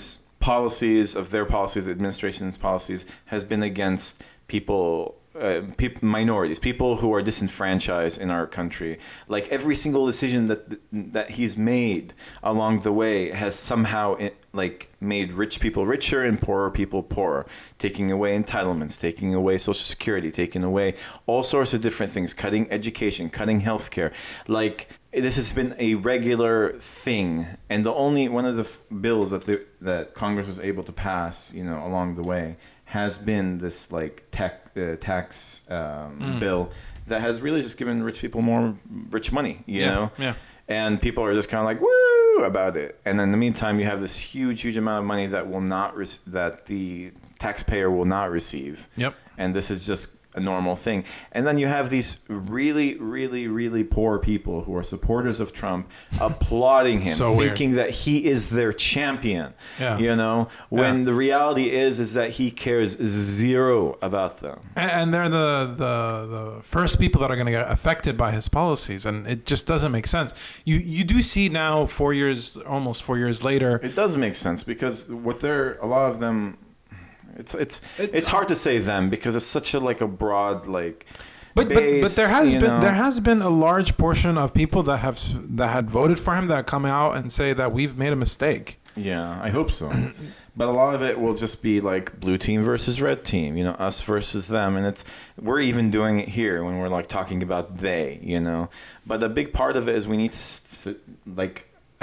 Speaker 1: policies, of their policies, administration's policies, has been against people uh, uh, peop minorities, people who are disenfranchised in our country. Like every single decision that that he's made along the way has somehow eh, like made rich people richer and poorer people poorer, taking away entitlements, taking away social security, taking away all sorts of different things, cutting education, cutting healthcare. Like this has been a regular thing, and the only one of the f- bills that the, that Congress was able to pass, you know, along the way, has been this like tax uh, tax um,
Speaker 2: Mm.
Speaker 1: bill that has really just given rich people more rich money, you
Speaker 2: Yeah,
Speaker 1: know,
Speaker 2: yeah.
Speaker 1: and people are just kind of like woo about it, and in the meantime, you have this huge, huge amount of money that will not re- that the taxpayer will not receive,
Speaker 2: Yep.
Speaker 1: and this is just a normal thing. And then you have these really, really, really poor people who are supporters of
Speaker 2: [laughs]
Speaker 1: Trump applauding him,
Speaker 2: So weird.
Speaker 1: thinking that he is their champion.
Speaker 2: Yeah.
Speaker 1: You know, when
Speaker 2: Yeah.
Speaker 1: the reality is is that he cares zero about them.
Speaker 2: And- And they're the, the, the first people that are going to get affected by his policies, and it just doesn't make sense. You you do see now four years, almost four years later,
Speaker 1: It does make sense because what they're a lot of them. It's it's
Speaker 2: It-
Speaker 1: it's hard to say them because it's such a like a broad like.
Speaker 2: But, but but
Speaker 1: base,
Speaker 2: there has
Speaker 1: you
Speaker 2: been
Speaker 1: know?
Speaker 2: there has been a large portion of people that have that had voted for him that come out and say that we've made a mistake.
Speaker 1: Yeah, I hope so. but a lot of it will just be like blue team versus red team, you know, us versus them. And it's, we're even doing it here when we're like talking about they, you know. But a big part of it is we need to, s- s- like,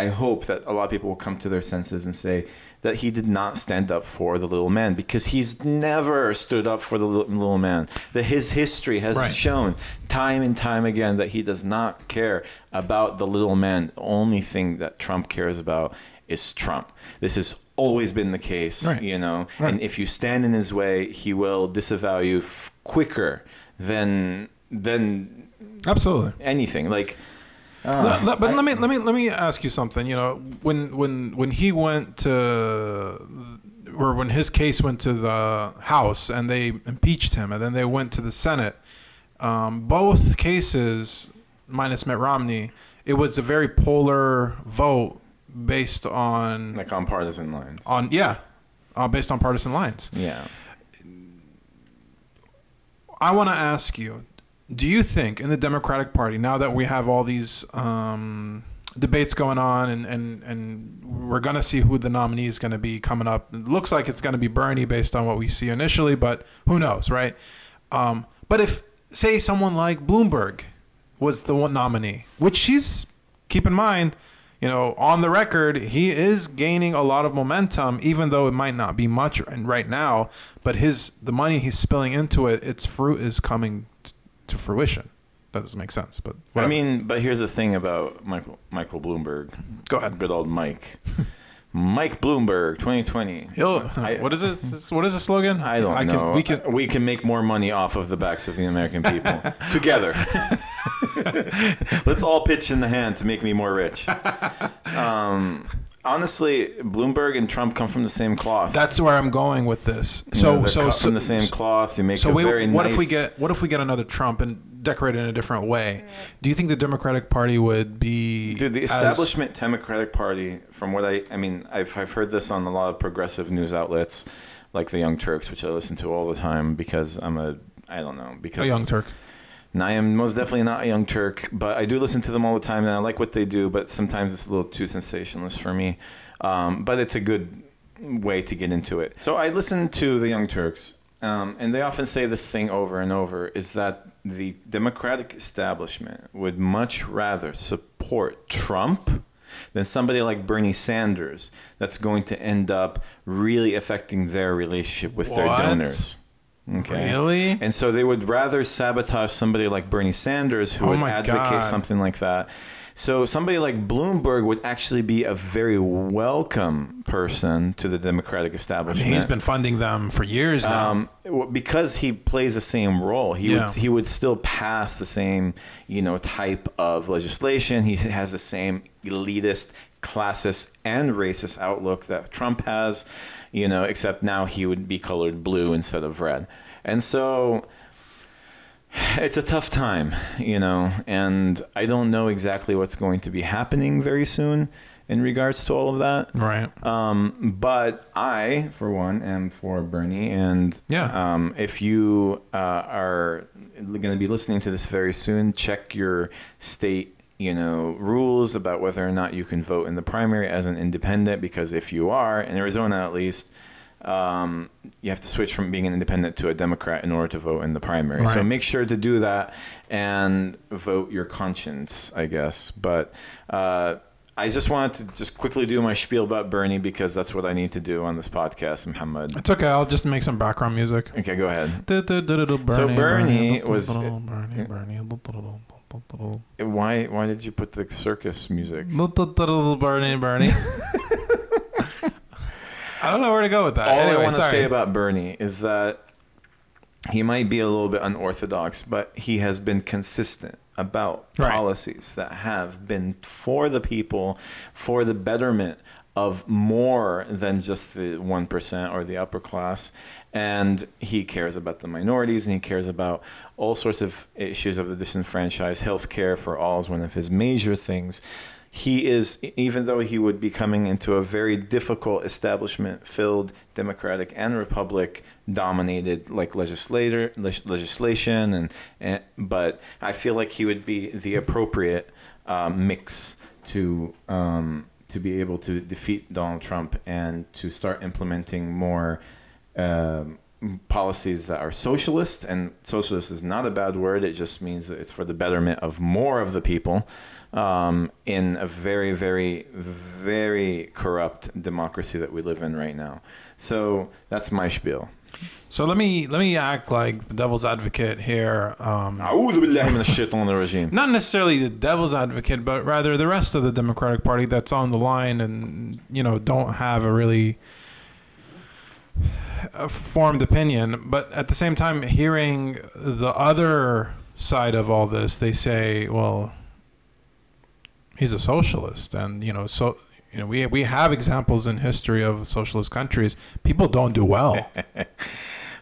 Speaker 1: I hope that a lot of people will come to their senses and say that he did not stand up for the little man because he's never stood up for the li- little man. That his history has
Speaker 2: Right.
Speaker 1: shown time and time again that he does not care about the little man. The only thing that Trump cares about is Trump. This has always been the case,
Speaker 2: Right.
Speaker 1: you know.
Speaker 2: Right.
Speaker 1: And if you stand in his way, he will disavow you f- quicker than than
Speaker 2: Absolutely.
Speaker 1: anything. Like,
Speaker 2: Le- le- but
Speaker 1: I-
Speaker 2: let me let me let me ask you something. You know, when when when he went to or when his case went to the House and they impeached him, and then they went to the Senate. Um, both cases, minus Mitt Romney, it was a very polar vote based on
Speaker 1: like on partisan lines.
Speaker 2: on yeah uh, based on partisan lines
Speaker 1: yeah.
Speaker 2: i want to ask you do you think in the democratic party now that we have all these um, debates going on and, and, and we're going to see who the nominee is going to be coming up it looks like it's going to be bernie based on what we see initially but who knows right um, but if say someone like bloomberg was the one nominee which she's keep in mind you know, on the record, he is gaining a lot of momentum, even though it might not be much and right now. But his the money he's spilling into it, its fruit is coming t- to fruition. That doesn't make sense, but
Speaker 1: I
Speaker 2: whatever.
Speaker 1: mean, but here's the thing about Michael Michael Bloomberg. [laughs]
Speaker 2: Go ahead.
Speaker 1: Good old Mike. Mike Bloomberg, 2020.
Speaker 2: [laughs] He'll-
Speaker 1: I-
Speaker 2: what is it? This- What is the slogan?
Speaker 1: I don't
Speaker 2: can,
Speaker 1: know.
Speaker 2: We can.
Speaker 1: we can make more money off of the backs of the American
Speaker 2: [laughs]
Speaker 1: people together. Let's all pitch in the hand to make me more rich. Um, honestly, Bloomberg and Trump come from the same cloth.
Speaker 2: That's where I'm going with this.
Speaker 1: You know,
Speaker 2: So,
Speaker 1: they're
Speaker 2: so,
Speaker 1: cut
Speaker 2: so
Speaker 1: from the same cloth. You make
Speaker 2: So
Speaker 1: a
Speaker 2: wait,
Speaker 1: very
Speaker 2: what
Speaker 1: nice.
Speaker 2: if we get what if we get another Trump and decorate it in a different way? Do you think the Democratic Party would be
Speaker 1: Dude, the
Speaker 2: as-
Speaker 1: establishment Democratic Party, from what I, I mean, I've, I've heard this on a lot of progressive news outlets, like the Young Turks, which I listen to all the time because I'm a, I don't know, because
Speaker 2: a young Turk?
Speaker 1: And I am most definitely not a young Turk, but I do listen to them all the time, and I like what they do. But sometimes it's a little too sensationalist for me. Um, but it's a good way to get into it. So I listen to the Young Turks, um, and they often say this thing over and over: is that the Democratic establishment would much rather support Trump than somebody like Bernie Sanders, that's going to end up really affecting their relationship with their
Speaker 2: What?
Speaker 1: donors. Okay.
Speaker 2: Really?
Speaker 1: And so they would rather sabotage somebody like Bernie Sanders, who
Speaker 2: Oh
Speaker 1: would
Speaker 2: my
Speaker 1: advocate
Speaker 2: God.
Speaker 1: something like that. So somebody like Bloomberg would actually be a very welcome person to the Democratic establishment.
Speaker 2: He's been funding them for years now.
Speaker 1: um, w- because he plays the same role, he
Speaker 2: Yeah.
Speaker 1: would he would still pass the same you know type of legislation. He has the same elitist, classist, and racist outlook that Trump has, you know. Except now he would be colored blue instead of red, and so it's a tough time, you know, and I don't know exactly what's going to be happening very soon. in regards to all of that.
Speaker 2: Right.
Speaker 1: Um, but I, for one, am for Bernie. And
Speaker 2: Yeah.
Speaker 1: um, if you uh, are going to be listening to this very soon, check your state. You know rules about whether or not you can vote in the primary as an independent, because if you are in Arizona, at least, um, you have to switch from being an independent to a Democrat in order to vote in the primary. So
Speaker 2: Right.
Speaker 1: make sure to do that and vote your conscience, I guess. But uh, I just wanted to just quickly do my spiel about Bernie because that's what I need to do on this podcast, Muhammad.
Speaker 2: It's okay. I'll just make some background music.
Speaker 1: Okay, go ahead.
Speaker 2: So
Speaker 1: Bernie was-
Speaker 2: Bernie, Bernie,
Speaker 1: Why why did you put the circus music?
Speaker 2: Bernie, Bernie. I don't know where to go with that.
Speaker 1: All
Speaker 2: anyway,
Speaker 1: I want to
Speaker 2: sorry.
Speaker 1: say about Bernie is that he might be a little bit unorthodox, but he has been consistent about
Speaker 2: Right.
Speaker 1: policies that have been for the people, for the betterment of more than just the 1% or the upper class. And he cares about the minorities and he cares about all sorts of issues of the disenfranchised. Healthcare for all is one of his major things. He is, even though he would be coming into a very difficult establishment filled Democratic and Republic dominated like legislator leg- legislation and, and but I feel like he would be the appropriate um, mix to um, to be able to defeat Donald Trump and to start implementing more um, policies that are socialist and socialist is not a bad word it just means that it's for the betterment of more of the people um, in a very very very corrupt democracy that we live in right now so that's my spiel
Speaker 2: So let me let me act like the devil's advocate here. Um,
Speaker 1: أعوذ بالله من الشيطان الرجيم.
Speaker 2: not necessarily the devil's advocate, but rather the rest of the Democratic Party that's on the line and you know don't have a really a formed opinion. But at the same time, hearing the other side of all this, they say, well, he's a socialist, and you know, so you know, we we have examples in history of socialist countries. People don't
Speaker 1: [laughs]
Speaker 2: do well.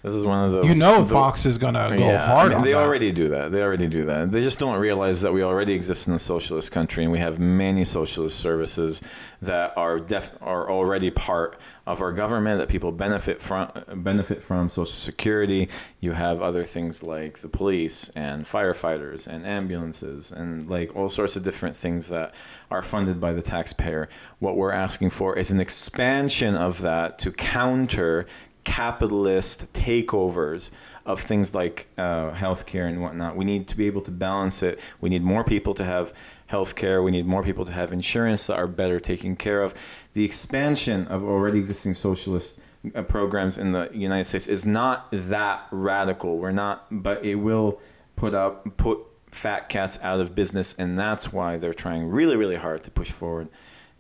Speaker 1: this is one of the
Speaker 2: You know,
Speaker 1: the-
Speaker 2: Fox is gonna go
Speaker 1: Yeah,
Speaker 2: hard
Speaker 1: I mean,
Speaker 2: on
Speaker 1: they
Speaker 2: that.
Speaker 1: already do that. They already do that. They just don't realize that we already exist in a socialist country, and we have many socialist services that are def- are already part of our government that people benefit from. Benefit from Social Security. You have other things like the police and firefighters and ambulances and like all sorts of different things that are funded by the taxpayer. What we're asking for is an expansion of that to counter capitalist takeovers of things like uh, healthcare and whatnot. We need to be able to balance it. We need more people to have healthcare. We need more people to have insurance that are better taken care of. The expansion of already existing socialist uh, programs in the United States is not that radical. We're not, but it will put up put fat cats out of business, and that's why they're trying really, really hard to push forward.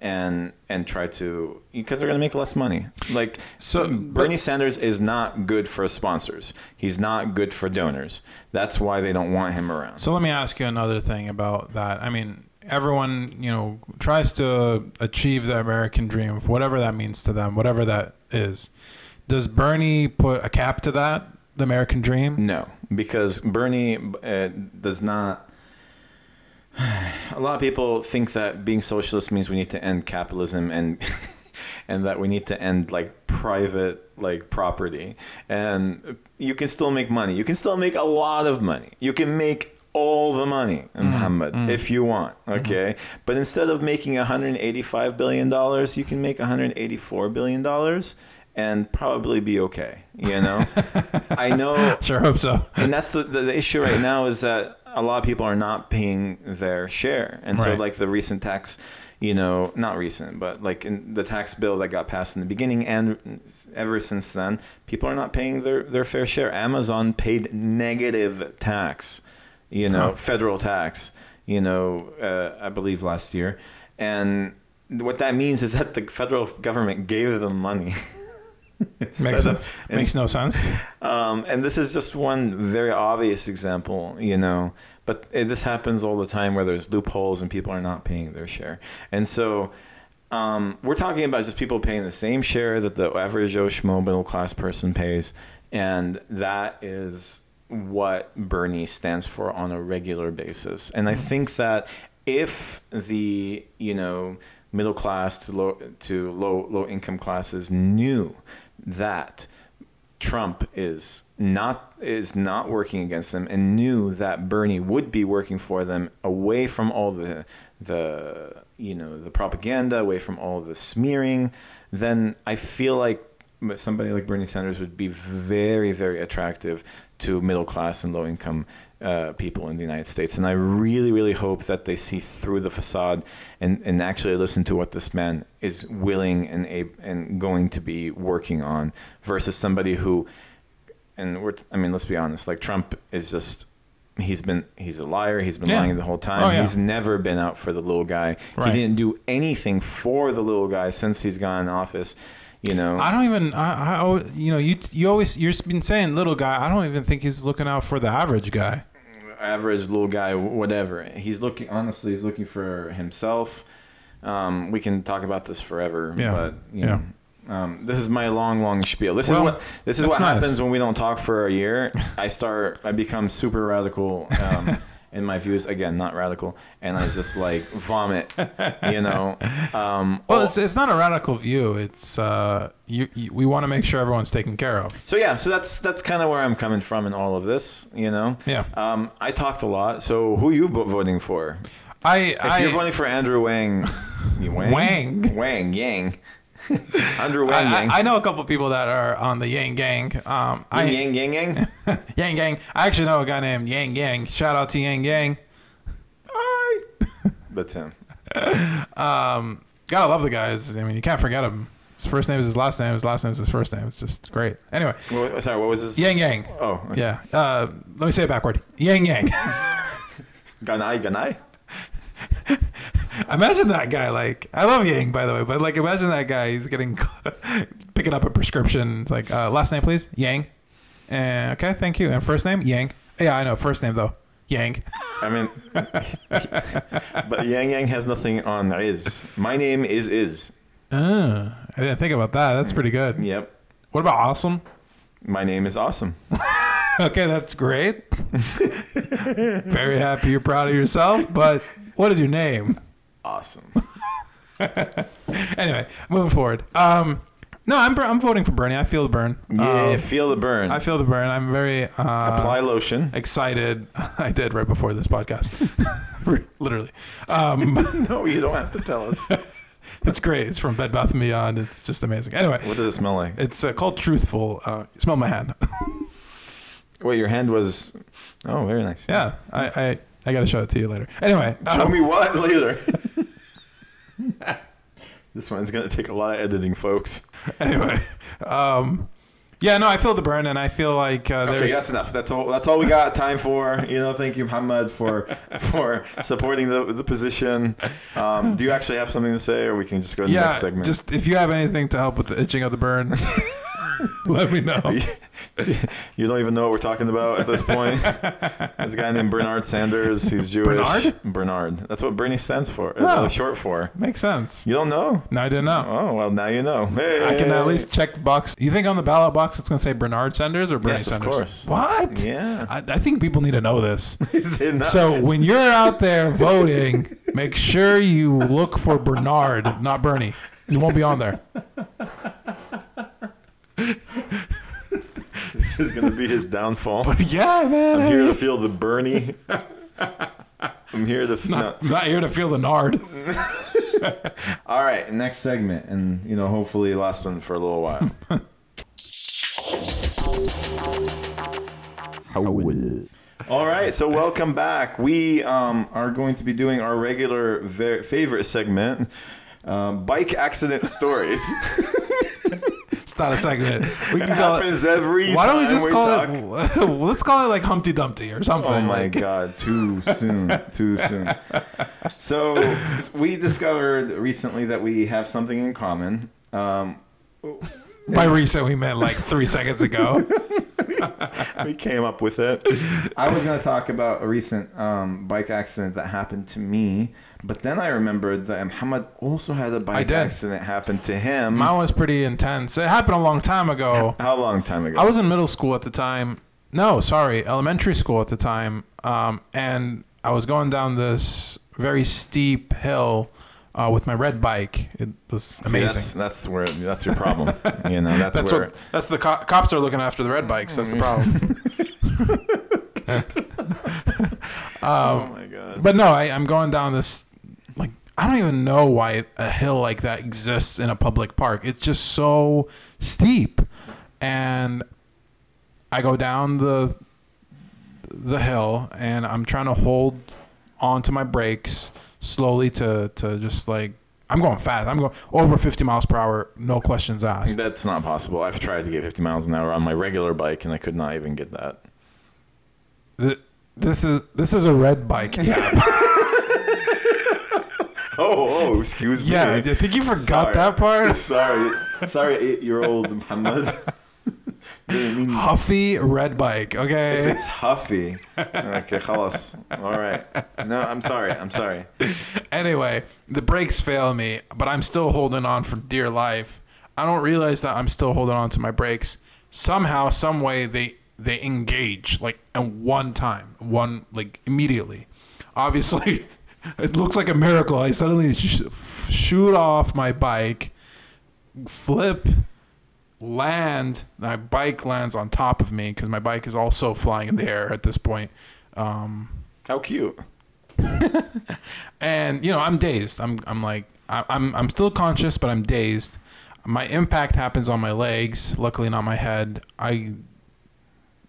Speaker 1: And, and try to because they're going to make less money. Like
Speaker 2: So-
Speaker 1: Bernie Sanders is not good for sponsors. He's not good for donors. That's why they don't want him around.
Speaker 2: So let me ask you another thing about that. I mean, everyone, you know, tries to achieve the American dream, whatever that means to them, whatever that is. Does Bernie put a cap to that, the American dream?
Speaker 1: No, because Bernie uh, does not. [sighs] A lot of people think that being socialist means we need to end capitalism and [laughs] and that we need to end like private like property. And you can still make money. You can still make a lot of money. You can make all the money, Muhammad, if you want. Okay, but instead of making 185 billion dollars, you can make 184 billion dollars and probably be okay. You know, I know
Speaker 2: Sure hope so.
Speaker 1: and that's the, the, the issue right now is that a lot of people are not paying their share and so
Speaker 2: Right.
Speaker 1: like the recent tax you know not recent but like in the tax bill that got passed in the beginning and ever since then people are not paying their, their fair share amazon paid negative tax you know
Speaker 2: Huh.
Speaker 1: federal tax you know uh, i believe last year and what that means is that the federal government gave them money [laughs]
Speaker 2: Makes,
Speaker 1: Instead of-
Speaker 2: makes no sense.
Speaker 1: um, and this is just one very obvious example, you know. But it, this happens all the time where there's loopholes and people are not paying their share. And so um, we're talking about just people paying the same share that the average Joe Schmo middle class person pays. And that is what Bernie stands for on a regular basis. And I think that if the, you know, middle class to low to low low income classes knew that Trump is not is not working against them and knew that Bernie would be working for them away from all the the you know the propaganda away from all the smearing then I feel like somebody like Bernie Sanders would be very very attractive to middle class and low income uh, people in the United States and I really really hope that they see through the facade and and actually listen to what this man is willing and ab- and going to be working on versus somebody who and we're I mean let's be honest like Trump is just he's been he's a liar he's been
Speaker 2: Yeah.
Speaker 1: lying the whole time
Speaker 2: Oh, yeah.
Speaker 1: he's never been out for the little guy
Speaker 2: Right.
Speaker 1: he didn't do anything for the little guy since he's gone in office you know
Speaker 2: I don't even. I, I al- you know, you you always you've been saying little guy. I don't even think he's looking out for the average guy.
Speaker 1: average little guy whatever he's looking honestly he's looking for himself um, we can talk about this forever
Speaker 2: Yeah.
Speaker 1: but you know um, this is my long, long spiel. This
Speaker 2: Well,
Speaker 1: is what this is
Speaker 2: that's
Speaker 1: what
Speaker 2: nice.
Speaker 1: happens when we don't talk for a year. I start, I become super radical
Speaker 2: [laughs]
Speaker 1: um, in my views. Again, not radical, and I just like vomit. You
Speaker 2: [laughs]
Speaker 1: know, um,
Speaker 2: Well, it's, it's not a radical view. It's uh, you, you we want to make sure everyone's taken care of.
Speaker 1: So yeah, so that's that's kind of where I'm coming from in all of this, you know.
Speaker 2: Yeah.
Speaker 1: Um, I talked a lot. So who you vo- voting for?
Speaker 2: I
Speaker 1: If
Speaker 2: I,
Speaker 1: you're voting for Andrew
Speaker 2: [laughs]
Speaker 1: Wang, you Wang,
Speaker 2: Wang.
Speaker 1: Wang Yang, [laughs] Andrew Wang
Speaker 2: I,
Speaker 1: Yang,
Speaker 2: I, I know a couple people that are on the Yang Gang. Um, I,
Speaker 1: Yang Yang
Speaker 2: [laughs]
Speaker 1: Yang.
Speaker 2: Yang Gang. I actually know a guy named Yang Yang. Shout out to Yang Gang.
Speaker 1: Hi. That's him.
Speaker 2: Gotta love the guys. I mean, you can't forget him. His first name is his last name. His last name is his first name. It's just great. Anyway,
Speaker 1: Well, sorry, what was this?
Speaker 2: Yang Yang.
Speaker 1: Oh, okay.
Speaker 2: Yeah. Uh, let me say it backward. Yang Yang. [laughs]
Speaker 1: Ganai Ganai.
Speaker 2: imagine that guy. Like, I love Yang, by the way, but like, imagine that guy. He's getting [laughs] picking up a prescription. It's like, uh, last name, please. Yang. And okay, thank you. And first name, Yang. Yeah, I know. First name though, Yang. [laughs]
Speaker 1: I mean, [laughs] but Yang Yang has nothing on is. My name is is.
Speaker 2: Uh, I didn't think about that. That's pretty good.
Speaker 1: Yep.
Speaker 2: What about awesome?
Speaker 1: My name is awesome.
Speaker 2: [laughs] Okay, that's great. [laughs] Very happy you're proud of yourself, but what is your name?
Speaker 1: Awesome.
Speaker 2: Anyway, moving forward. Um, no, I'm I'm voting for Bernie. I feel the burn.
Speaker 1: Yeah,
Speaker 2: Um,
Speaker 1: feel the burn.
Speaker 2: I feel the burn. I'm very uh,
Speaker 1: Apply lotion.
Speaker 2: excited. [laughs] I did right before this podcast, [laughs] literally. Um,
Speaker 1: [laughs] No, you don't have to tell
Speaker 2: [laughs]
Speaker 1: us.
Speaker 2: it's great. It's from Bed Bath and Beyond. It's just amazing. Anyway,
Speaker 1: What does it smell like?
Speaker 2: it's uh, called Truthful. Uh, smell my hand. [laughs]
Speaker 1: Wait, your hand was. Oh, very nice.
Speaker 2: yeah, I I, I got to show it to you later. Anyway, [laughs]
Speaker 1: Show
Speaker 2: um,
Speaker 1: me what later. [laughs] this one's gonna take a lot of editing, folks.
Speaker 2: [laughs] anyway, um, yeah, no, I feel the burn, and I feel like uh,
Speaker 1: Okay,
Speaker 2: there's
Speaker 1: that's enough. That's all. That's all we got time for. You know, thank you, Muhammad,
Speaker 2: [laughs]
Speaker 1: for for supporting the the position. Um, do you actually have something to say, or we can just go to the
Speaker 2: yeah.
Speaker 1: next segment?
Speaker 2: Just if you have anything to help with the itching of the burn, [laughs] let me know.
Speaker 1: [laughs] you don't even know what we're talking about at this
Speaker 2: [laughs]
Speaker 1: point. There's a guy named Bernard Sanders. He's Jewish.
Speaker 2: Bernard?
Speaker 1: Bernard. That's what Bernie stands for.
Speaker 2: Oh.
Speaker 1: Uh, short for.
Speaker 2: Makes sense.
Speaker 1: You don't know?
Speaker 2: No, I didn't know.
Speaker 1: Oh well, now you know. Hey,
Speaker 2: I can at least check box. You think on the ballot box it's going to say Bernard Sanders or Bernie
Speaker 1: Yes, of
Speaker 2: Sanders?
Speaker 1: course.
Speaker 2: What?
Speaker 1: Yeah.
Speaker 2: I, I think people need to know
Speaker 1: [laughs]
Speaker 2: this.
Speaker 1: Did not-
Speaker 2: so when you're out there voting, make sure you look for Bernard, not Bernie. It won't be on there.
Speaker 1: this is gonna be his downfall.
Speaker 2: But yeah, man.
Speaker 1: [laughs] I'm
Speaker 2: I
Speaker 1: here
Speaker 2: mean,
Speaker 1: to feel the Bernie. I'm here to. No.
Speaker 2: I'm not here to feel the nard.
Speaker 1: All right, next segment, and you know, hopefully, last one for a little while. All right, so welcome back. We um, are going to be doing our regular ver- favorite segment, uh, bike accident
Speaker 2: [laughs]
Speaker 1: stories.
Speaker 2: It's not a segment. We can
Speaker 1: it
Speaker 2: call it.
Speaker 1: happens every
Speaker 2: Why don't we
Speaker 1: time
Speaker 2: just call
Speaker 1: talk.
Speaker 2: it? well, [laughs] let's call it like Humpty Dumpty or something.
Speaker 1: Oh my
Speaker 2: Like,
Speaker 1: god, too soon, too soon. So we discovered recently that we have something in common. Um,
Speaker 2: By recent, we meant like three
Speaker 1: [laughs]
Speaker 2: seconds ago.
Speaker 1: we came up with it. I was going to talk about a recent um, bike accident that happened to me, but then I remembered that Muhammad also had a bike
Speaker 2: did.
Speaker 1: accident happen to him.
Speaker 2: Mine was pretty intense. It happened a long time ago.
Speaker 1: How long time ago?
Speaker 2: I was in middle school at the time. No, sorry, elementary school at the time. Um, and I was going down this very steep hill uh, with my red bike. It was
Speaker 1: See,
Speaker 2: amazing.
Speaker 1: that's, that's where that's your problem. you know, that's,
Speaker 2: That's
Speaker 1: where Mm-hmm.
Speaker 2: what that's the co- cops are looking after the red bikes. That's the problem.
Speaker 3: oh my god.
Speaker 2: but no, I, I'm going down this like I don't even know why a hill like that exists in a public park. It's just so steep, and I go down the the hill and I'm trying to hold onto my brakes slowly to to just like I'm going fast. I'm going over 50 miles per hour, no questions
Speaker 1: [laughs]
Speaker 2: asked.
Speaker 1: that's not possible. I've tried to get 50 miles an hour on my regular bike, and I could not even get that.
Speaker 2: Th- This is this is a red bike. Yeah,
Speaker 1: [laughs]
Speaker 3: Oh, oh, excuse me.
Speaker 2: [laughs] yeah I think you forgot
Speaker 3: Sorry.
Speaker 2: that part.
Speaker 3: Sorry, sorry, eight-year-old
Speaker 2: [laughs]
Speaker 3: Muhammad. Didn't mean-
Speaker 2: Huffy red bike.
Speaker 3: if
Speaker 2: Okay.
Speaker 3: it's huffy,
Speaker 1: Okay, خلاص. All right. No, I'm sorry. I'm sorry.
Speaker 2: Anyway, the brakes fail me, but I'm still holding on for dear life. I don't realize that I'm still holding on to my brakes. Somehow, some way, they they engage like at one time, one like immediately. Obviously, [laughs] it looks like a miracle. I suddenly sh- f- shoot off my bike, flip, land. My bike lands on top of me because my bike is also flying in the air at this point. Um,
Speaker 1: How cute.
Speaker 2: and you know i'm dazed i'm i'm like I, i'm i'm still conscious but i'm dazed my impact happens on my legs luckily not my head i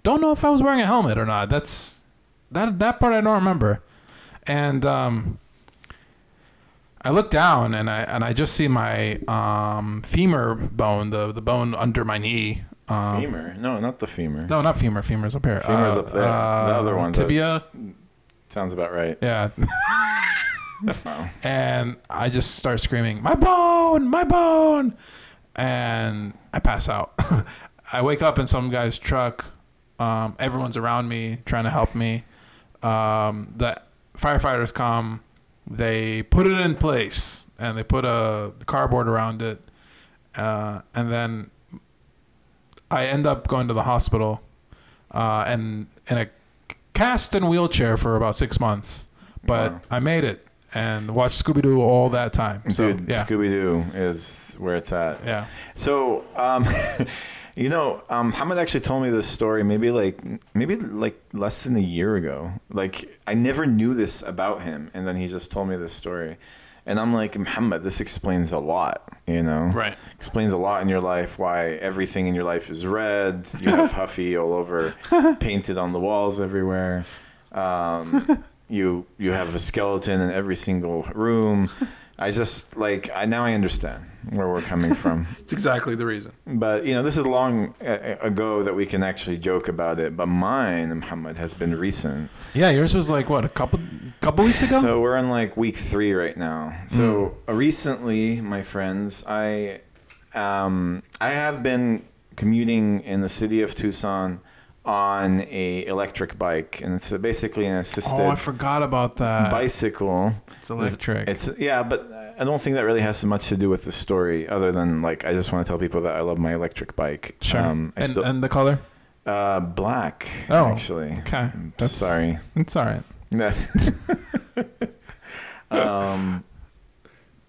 Speaker 2: don't know if i was wearing a helmet or not that's that that part i don't remember and um I look down and I and I just see my um, femur bone, the the bone under my knee. Um,
Speaker 1: Femur. No, not the femur.
Speaker 2: No, not femur. Femur's up here. Uh,
Speaker 1: Femur's up there. The other one, the-
Speaker 2: Tibia.
Speaker 1: Sounds about right.
Speaker 2: Yeah. and I just start screaming, "My bone, my bone!" And I pass out. [laughs] I wake up in some guy's truck. Um, everyone's around me trying to help me. Um, the firefighters come. They put it in place and they put a cardboard around it. Uh, and then I end up going to the hospital uh, and in a cast and wheelchair for about six months. But
Speaker 1: Wow.
Speaker 2: I made it and watched Scooby Doo all that time. So
Speaker 1: Dude,
Speaker 2: yeah,
Speaker 1: Scooby Doo is where it's at.
Speaker 2: yeah.
Speaker 1: So, um, [laughs] you know, um, Hamad actually told me this story maybe like maybe like less than a year ago. Like I never knew this about him, and then he just told me this story, and I'm like, Muhammad, this explains a lot. You know,
Speaker 2: Right.
Speaker 1: Explains a lot in your life why everything in your life is red. You have Huffy all over, painted on the walls everywhere. Um, you you have a skeleton in every single room. I just like I now I understand where we're coming from.
Speaker 2: It's exactly the reason.
Speaker 1: But you know, this is long uh, ago that we can actually joke about it. But mine, Muhammad, has been recent.
Speaker 2: Yeah, yours was like what a couple couple weeks ago.
Speaker 1: So we're in like week three right now. So
Speaker 2: Hmm.
Speaker 1: uh recently, my friends, I, um, I have been commuting in the city of Tucson on a electric bike, and it's a, basically an assisted
Speaker 2: oh, I forgot about that.
Speaker 1: bicycle.
Speaker 2: it's electric.
Speaker 1: It's yeah, but I don't think that really has so much to do with the story, other than like I just want to tell people that I love my electric bike. Um,
Speaker 2: sure.
Speaker 1: I
Speaker 2: and,
Speaker 1: still-
Speaker 2: and the color.
Speaker 1: Uh, black.
Speaker 2: Oh.
Speaker 1: actually.
Speaker 2: Okay,
Speaker 1: I'm
Speaker 2: that's
Speaker 1: sorry.
Speaker 2: It's all right.
Speaker 1: [laughs] um,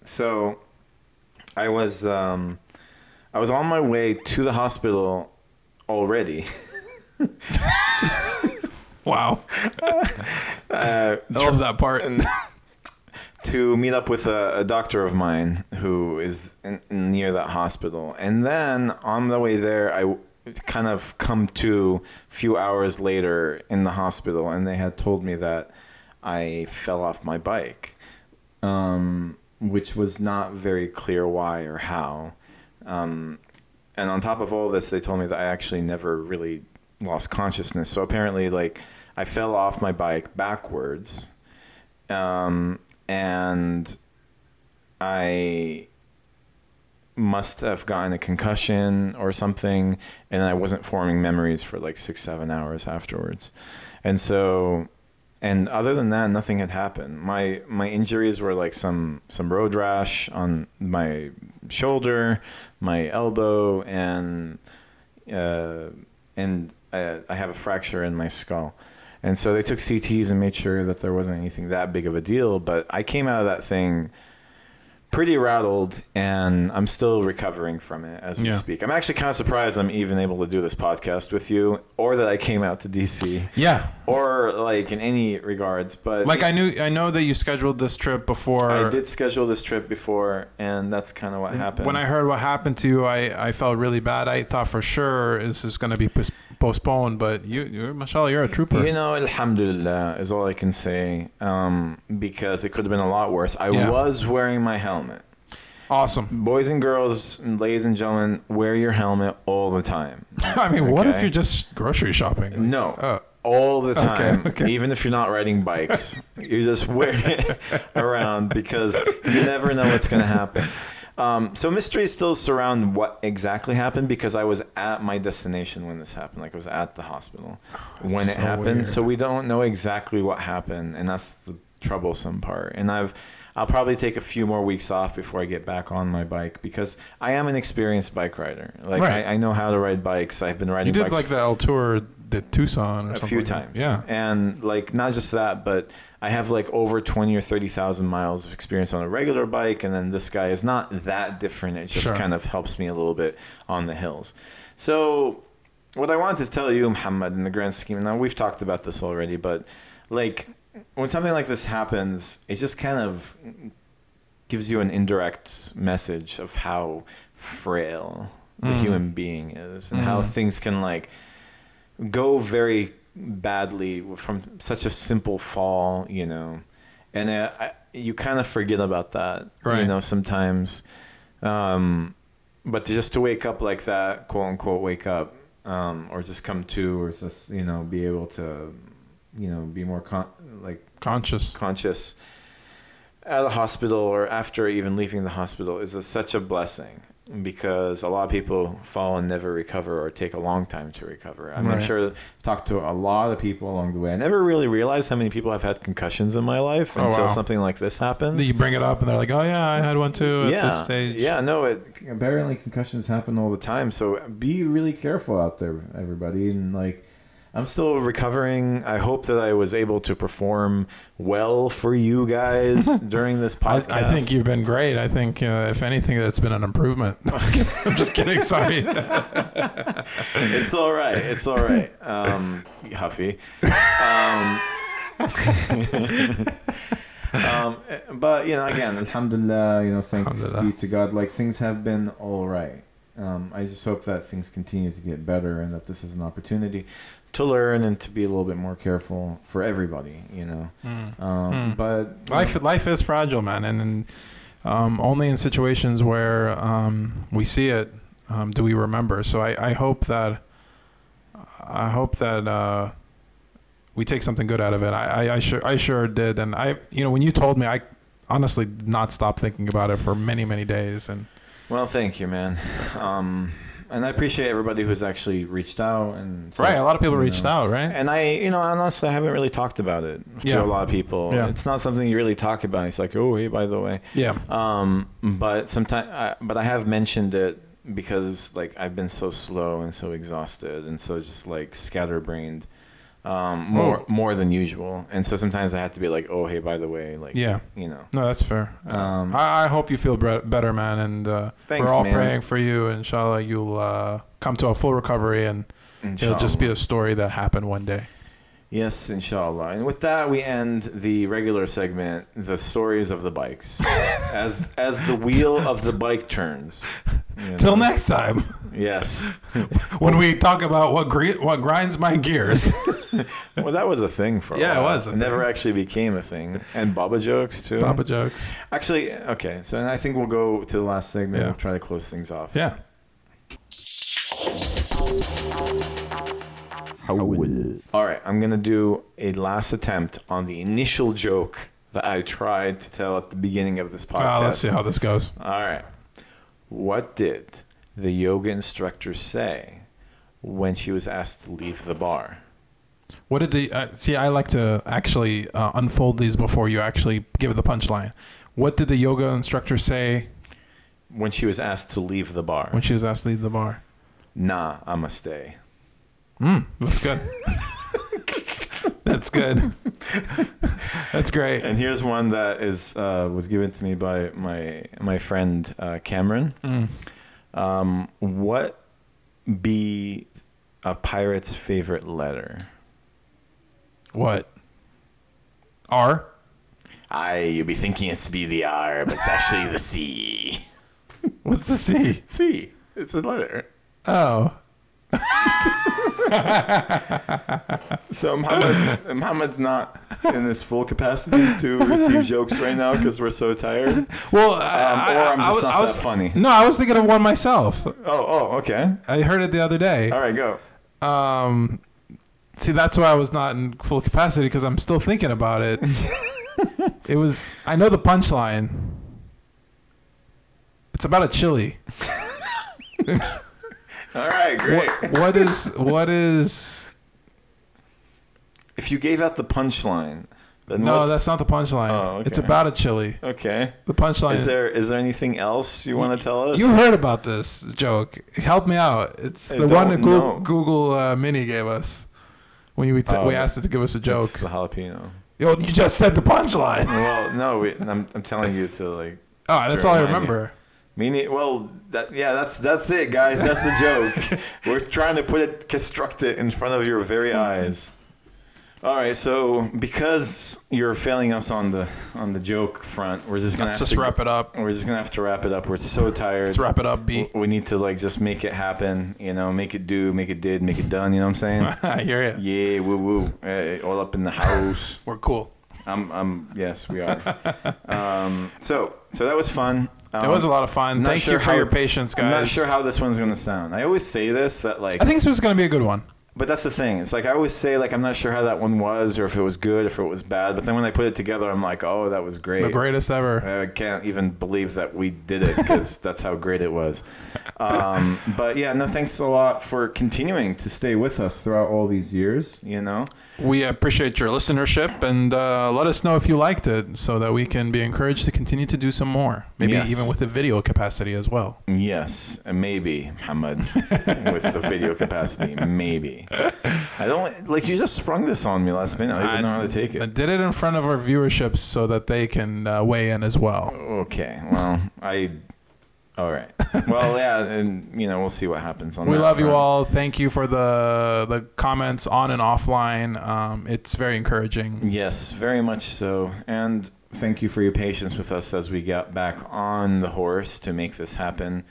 Speaker 1: so, I was um, I was on my way to the hospital already. [laughs]
Speaker 2: Wow,
Speaker 1: Uh,
Speaker 2: I love that part. [laughs]
Speaker 1: to meet up with a, a doctor of mine who is in, near that hospital. And then on the way there, I w- kind of come to a few hours later in the hospital, and they had told me that I fell off my bike, um, which was not very clear why or how. Um, and on top of all this, they told me that I actually never really lost consciousness. So apparently, like, I fell off my bike backwards um, and I must have gotten a concussion or something, and I wasn't forming memories for like six, seven hours afterwards, and so, and other than that, nothing had happened. My my injuries were like some some road rash on my shoulder, my elbow, and uh, and I, I have a fracture in my skull. And so they took CTs and made sure that there wasn't anything that big of a deal. But I came out of that thing pretty rattled, and I'm still recovering from it as we
Speaker 2: Yeah.
Speaker 1: speak. I'm actually kind of surprised I'm even able to do this podcast with you, or that I came out to DC,
Speaker 2: Yeah.
Speaker 1: or like in any regards. But
Speaker 2: Like I knew, I know that you scheduled this trip before.
Speaker 1: I did schedule this trip before, and that's kind of what happened.
Speaker 2: When I heard what happened to you, I, I felt really bad. I thought for sure this is going to be pos- postponed, but you, you're, mashallah, you're a trooper.
Speaker 1: You know, alhamdulillah is all I can say um, because it could have been a lot worse. I
Speaker 2: Yeah.
Speaker 1: was wearing my helmet.
Speaker 2: awesome.
Speaker 1: Boys and girls, ladies and gentlemen, wear your helmet all the time.
Speaker 2: [laughs] I mean, what if
Speaker 1: Okay.
Speaker 2: you're just grocery shopping?
Speaker 1: No.
Speaker 2: Oh.
Speaker 1: All the time,
Speaker 2: okay.
Speaker 1: even if you're not riding
Speaker 2: [laughs]
Speaker 1: bikes, you just wear [laughs] it around because you never know what's going to happen. Um, so mysteries still surround what exactly happened because I was at my destination when this happened. Like I was at the hospital when it
Speaker 2: so
Speaker 1: happened.
Speaker 2: weird.
Speaker 1: So we don't know exactly what happened, and that's the troublesome part. And I've I'll probably take a few more weeks off before I get back on my bike because I am an experienced bike rider. Like
Speaker 2: Right.
Speaker 1: I, I know how to ride bikes. I've been riding
Speaker 2: You did
Speaker 1: bikes
Speaker 2: like the El Tour de Tucson or
Speaker 1: a
Speaker 2: something.
Speaker 1: few
Speaker 2: like that.
Speaker 1: times.
Speaker 2: Yeah.
Speaker 1: and like not just that, but I have like over twenty or thirty thousand miles of experience on a regular bike, and then this guy is not that different. It just
Speaker 2: Sure.
Speaker 1: kind of helps me a little bit on the hills. So, what I wanted to tell you, Muhammad, in the grand scheme. Now we've talked about this already, but like when something like this happens, it just kind of gives you an indirect message of how frail the
Speaker 2: Mm.
Speaker 1: human being is and how
Speaker 2: Mhm.
Speaker 1: things can like go very badly from such a simple fall, you know. And uh, I, you kind of forget about that, you
Speaker 2: Right.
Speaker 1: know, sometimes. Um, but to- just to wake up like that, quote unquote, wake up, um, or just come to, or just, you know, be able to, you know, be more con- like
Speaker 2: Conscious.
Speaker 1: conscious at a hospital or after even leaving the hospital is a, such a blessing because a lot of people fall and never recover or take a long time to recover. I mean, I'm
Speaker 2: Right.
Speaker 1: sure I've talked to a lot of people along the way. I never really realized how many people have had concussions in my life
Speaker 2: Oh,
Speaker 1: until
Speaker 2: wow.
Speaker 1: something like this happens.
Speaker 2: You bring it up and they're like, oh, yeah, I had one too at
Speaker 1: yeah,
Speaker 2: this stage.
Speaker 1: yeah, no. It, apparently, concussions happen all the time, so be really careful out there, everybody. And like, I'm still recovering. I hope that I was able to perform well for you
Speaker 2: [laughs]
Speaker 1: guys during this
Speaker 2: I,
Speaker 1: podcast.
Speaker 2: I think you've been great. I think, uh, if anything, that's been an improvement. [laughs] I'm just kidding. [laughs] Sorry.
Speaker 1: It's all right. It's all right. Um, Huffy. Um, um, [laughs] but you know, again, alhamdulillah. You know, thanks
Speaker 2: Alhamdulillah.
Speaker 1: be to God. Like things have been all right. Um, I just hope that things continue to get better and that this is an opportunity to learn and to be a little bit more careful for everybody. You know,
Speaker 2: Mm.
Speaker 1: um,
Speaker 2: Mm.
Speaker 1: but
Speaker 2: life life is fragile man and, and um, only in situations where um, we see it um, do we remember so I, I hope that I hope that uh, we take something good out of it I, I, I sure I sure did and I you know when you told me I honestly did not stop thinking about it for many many days and
Speaker 1: Well, thank you, man. Um, and I appreciate everybody who's actually reached out and said-
Speaker 2: right a lot of people
Speaker 1: you
Speaker 2: reached
Speaker 1: know.
Speaker 2: out right
Speaker 1: And I, you know, honestly, I haven't really talked about it to
Speaker 2: Yeah.
Speaker 1: a lot of people.
Speaker 2: Yeah.
Speaker 1: It's not something you really talk about. It's like, oh, hey, by the way.
Speaker 2: yeah
Speaker 1: Um,
Speaker 2: Mm-hmm.
Speaker 1: but sometimes, I, but I have mentioned it because like I've been so slow and so exhausted and so just like scatterbrained, um, more
Speaker 2: Oh.
Speaker 1: more than usual. And so sometimes I have to be like, oh, hey, by the way, like,
Speaker 2: yeah
Speaker 1: you know.
Speaker 2: no that's fair
Speaker 1: Um,
Speaker 2: I, I hope you feel bre- better man and uh,
Speaker 1: Thanks,
Speaker 2: we're all
Speaker 1: man.
Speaker 2: praying for you inshallah you'll uh, come to a full recovery and It'll just be a story that happened one day.
Speaker 1: Yes, inshallah. And with that, we end the regular segment, the stories of the
Speaker 2: [laughs]
Speaker 1: bikes, as as the wheel of the bike turns. You know?
Speaker 2: Till next time, [laughs]
Speaker 1: Yes.
Speaker 2: when we talk about what gre- what grinds my
Speaker 1: [laughs]
Speaker 2: gears.
Speaker 1: Well, that was a thing for a
Speaker 2: Yeah, it
Speaker 1: while.
Speaker 2: was a
Speaker 1: It never actually became a thing. And Baba jokes too.
Speaker 2: Papa jokes.
Speaker 1: Actually, okay. So and I think we'll go to the last segment.
Speaker 2: Yeah.
Speaker 1: We'll try to close things off.
Speaker 2: Yeah.
Speaker 1: All right, I'm gonna do a last attempt on the initial joke that I tried to tell at the beginning of this podcast.
Speaker 2: Well, Ah, Uh, let's see how this goes.
Speaker 1: All right. What did the yoga instructor say when she was asked to leave the bar?
Speaker 2: What did the uh, see? I like to actually uh, unfold these before you actually give the punchline. What did the yoga instructor say
Speaker 1: When she was asked to leave the bar?
Speaker 2: when she was asked to leave the bar?
Speaker 1: nah, I'ma stay.
Speaker 2: That's good. That's good. That's great.
Speaker 1: And here's one that is uh, was given to me by my my friend uh, Cameron. Um, what be a pirate's favorite letter?
Speaker 2: What? R?
Speaker 1: I you'd be thinking it's be the R, but it's actually the C.
Speaker 2: What's the C?
Speaker 1: [laughs] C. It's a letter.
Speaker 2: Oh.
Speaker 1: So [laughs]
Speaker 4: Muhammad, Muhammad's not in his full capacity to receive jokes right now because we're so tired.
Speaker 2: Well,
Speaker 4: Um,
Speaker 2: I,
Speaker 4: or I'm
Speaker 2: I- I
Speaker 4: just
Speaker 2: was-
Speaker 4: not
Speaker 2: I
Speaker 4: that
Speaker 2: was-
Speaker 4: funny.
Speaker 2: No, I was thinking of one myself.
Speaker 1: Oh, oh, okay.
Speaker 2: I heard it the other day.
Speaker 1: All right, go.
Speaker 2: Um, see, that's why I was not in full capacity because I'm still thinking
Speaker 4: [laughs]
Speaker 2: about it. it was. I know the punchline. It's about a chili.
Speaker 1: All right, great.
Speaker 2: What, what is what is?
Speaker 1: If you gave out the punchline, then
Speaker 2: No,
Speaker 1: what's-
Speaker 2: that's not the punchline.
Speaker 1: Oh, okay.
Speaker 2: It's about a chili.
Speaker 1: okay.
Speaker 2: The punchline.
Speaker 1: Is there is there anything else you want to tell us?
Speaker 2: you heard about this joke? Help me out. It's
Speaker 1: I
Speaker 2: the one that
Speaker 1: don't
Speaker 2: Google,
Speaker 1: know.
Speaker 2: Google uh, Mini gave us when we, t-
Speaker 1: Oh,
Speaker 2: we asked it to give us a joke.
Speaker 1: It's the jalapeno.
Speaker 2: Yo, you just said
Speaker 1: [laughs]
Speaker 2: the punchline.
Speaker 1: Well, no, we, I'm, I'm telling you to like.
Speaker 2: Oh, that's all I
Speaker 1: remind you.
Speaker 2: remember.
Speaker 1: Meaning, well, that, yeah, that's that's it, guys. That's the
Speaker 2: [laughs]
Speaker 1: joke. We're trying to put it, construct it in front of your very
Speaker 2: Hmm.
Speaker 1: eyes. All right, so because you're failing us on the on the joke front, we're just gonna
Speaker 2: Let's
Speaker 1: have
Speaker 2: just
Speaker 1: to,
Speaker 2: wrap it up.
Speaker 1: We're just gonna have to wrap it up. We're so tired.
Speaker 2: Let's wrap it up, B.
Speaker 1: we need to like just make it happen. You know, make it do, make it did, make it done. You know what I'm
Speaker 2: [laughs]
Speaker 1: saying?
Speaker 2: I hear ya.
Speaker 1: yeah, woo woo, Eh, all up in the house.
Speaker 2: We're cool.
Speaker 1: I'm, I'm, yes, we
Speaker 2: [laughs]
Speaker 1: are. Um, so, so that was fun. Um,
Speaker 2: It was a lot of fun.
Speaker 1: I'm not
Speaker 2: Thank
Speaker 1: sure
Speaker 2: you for
Speaker 1: how-
Speaker 2: your patience, guys.
Speaker 1: I'm not sure how this one's gonna sound. I always say this that like,
Speaker 2: I think this was going to be a good one.
Speaker 1: but that's the thing. It's like I always say like I'm not sure how that one was or if it was good, if it was bad. But then when I put it together, I'm like, oh, that was great.
Speaker 2: The greatest ever.
Speaker 1: I can't even believe that we did it
Speaker 2: [laughs]
Speaker 1: because that's how great it was. Um, but yeah, no, thanks a lot for continuing to stay with us throughout all these years. You know,
Speaker 2: We appreciate your listenership and uh, let us know if you liked it so that we can be encouraged to continue to do some more. Maybe
Speaker 1: Yes.
Speaker 2: even with the video capacity as well.
Speaker 1: yes, and maybe Muhammad with the video capacity, maybe. I don't like you just sprung this on me last minute. I don't even know how to take it.
Speaker 2: I Uh, did it in front of our viewership so that they can uh, weigh in as well.
Speaker 1: Oh, Okay. Well, I. All right. Well, yeah, and you know, we'll see what happens on.
Speaker 2: We
Speaker 1: that
Speaker 2: love you
Speaker 1: front.
Speaker 2: all. Thank you for the the comments on and offline. Um, it's very encouraging.
Speaker 1: Yes, very much so, and thank you for your patience with us as we got back on the horse to make this happen.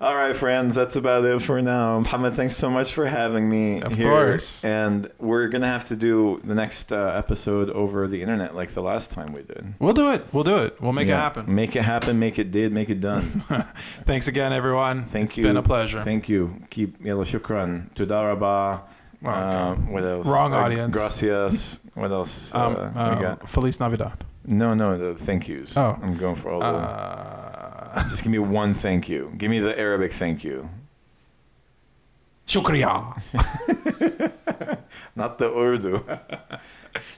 Speaker 1: All right, friends, that's about it for now. Muhammad, thanks so much for having me
Speaker 2: Of
Speaker 1: here.
Speaker 2: course.
Speaker 1: And we're gonna have to do the next uh, episode over the internet, like the last time we did.
Speaker 2: We'll do it. We'll do it. We'll make it
Speaker 1: Yeah.
Speaker 2: happen.
Speaker 1: Make it happen. Make it did. Make it done.
Speaker 2: [laughs] Thanks again, everyone.
Speaker 1: Thank
Speaker 2: It's
Speaker 1: you.
Speaker 2: been a pleasure.
Speaker 1: Thank you. Keep yellow shukran. Tudaraba.
Speaker 2: Oh,
Speaker 1: Uh, what else?
Speaker 2: Wrong
Speaker 1: Uh,
Speaker 2: audience.
Speaker 1: Gracias. What else? uh,
Speaker 2: um,
Speaker 1: we
Speaker 2: uh,
Speaker 1: got?
Speaker 2: Feliz Navidad.
Speaker 1: No, no, the thank yous.
Speaker 2: Oh.
Speaker 1: I'm going for all the.
Speaker 2: Uh,
Speaker 1: Just give me one thank you. Give me the Arabic thank you.
Speaker 2: shukriya.
Speaker 1: [laughs] Not the Urdu.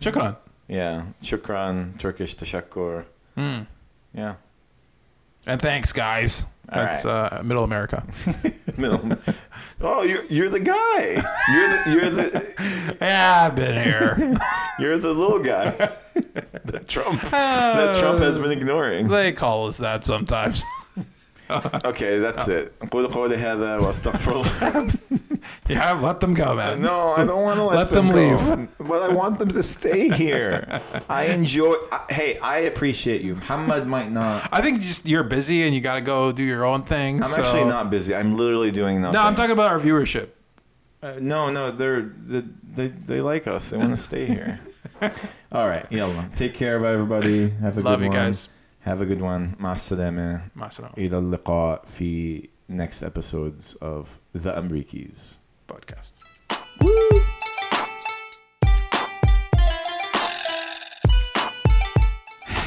Speaker 2: Shukran.
Speaker 1: [laughs] yeah. Shukran, Turkish tashakkur.
Speaker 2: Mm.
Speaker 1: [laughs] Yeah.
Speaker 2: And thanks, guys.
Speaker 1: All
Speaker 2: That's uh, Middle America.
Speaker 1: Middle- oh, you're, you're the guy. You're the, you're the
Speaker 2: yeah, I've been [laughs] here.
Speaker 1: you're the little guy. [laughs] that Trump that
Speaker 2: Uh,
Speaker 1: Trump has been ignoring.
Speaker 2: [laughs] They call us that sometimes. [laughs]
Speaker 1: Okay, that's it. قولوا قولي هذا وأستغفر [laughs] الله.
Speaker 2: yeah, let them go, man.
Speaker 1: No, I don't want to let,
Speaker 2: Let them
Speaker 1: go. But I want them to stay here. I enjoy. I, hey, I appreciate you. Muhammad might not.
Speaker 2: I think just you're busy and you got to go do your own thing.
Speaker 1: I'm
Speaker 2: so-
Speaker 1: actually not busy. I'm literally doing nothing.
Speaker 2: No, I'm talking about our viewership.
Speaker 1: Uh, no, no, they're they they, they like us. They want to stay
Speaker 2: [laughs]
Speaker 1: here. All right, yalla. Take care of everybody. Have a
Speaker 2: Love
Speaker 1: good
Speaker 2: you
Speaker 1: one.
Speaker 2: guys.
Speaker 1: Have a good one. مع السلامة.
Speaker 2: Masano
Speaker 1: إلى اللقاء في next episodes of The Amrikis.
Speaker 2: podcast.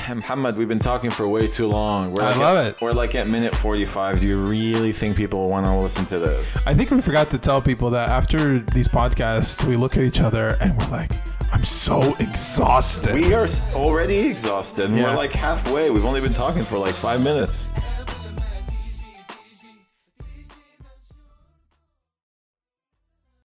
Speaker 1: Muhammad, we've been talking for way too long. We're
Speaker 2: I
Speaker 1: like
Speaker 2: love
Speaker 1: at,
Speaker 2: it.
Speaker 1: We're like at minute 45. Do you really think people want to listen to this?
Speaker 2: I think we forgot to tell people that after these podcasts, we look at each other and we're like, I'm so exhausted.
Speaker 1: We are s- already exhausted. and
Speaker 2: Yeah.
Speaker 1: We're like halfway. We've only been talking for like five minutes.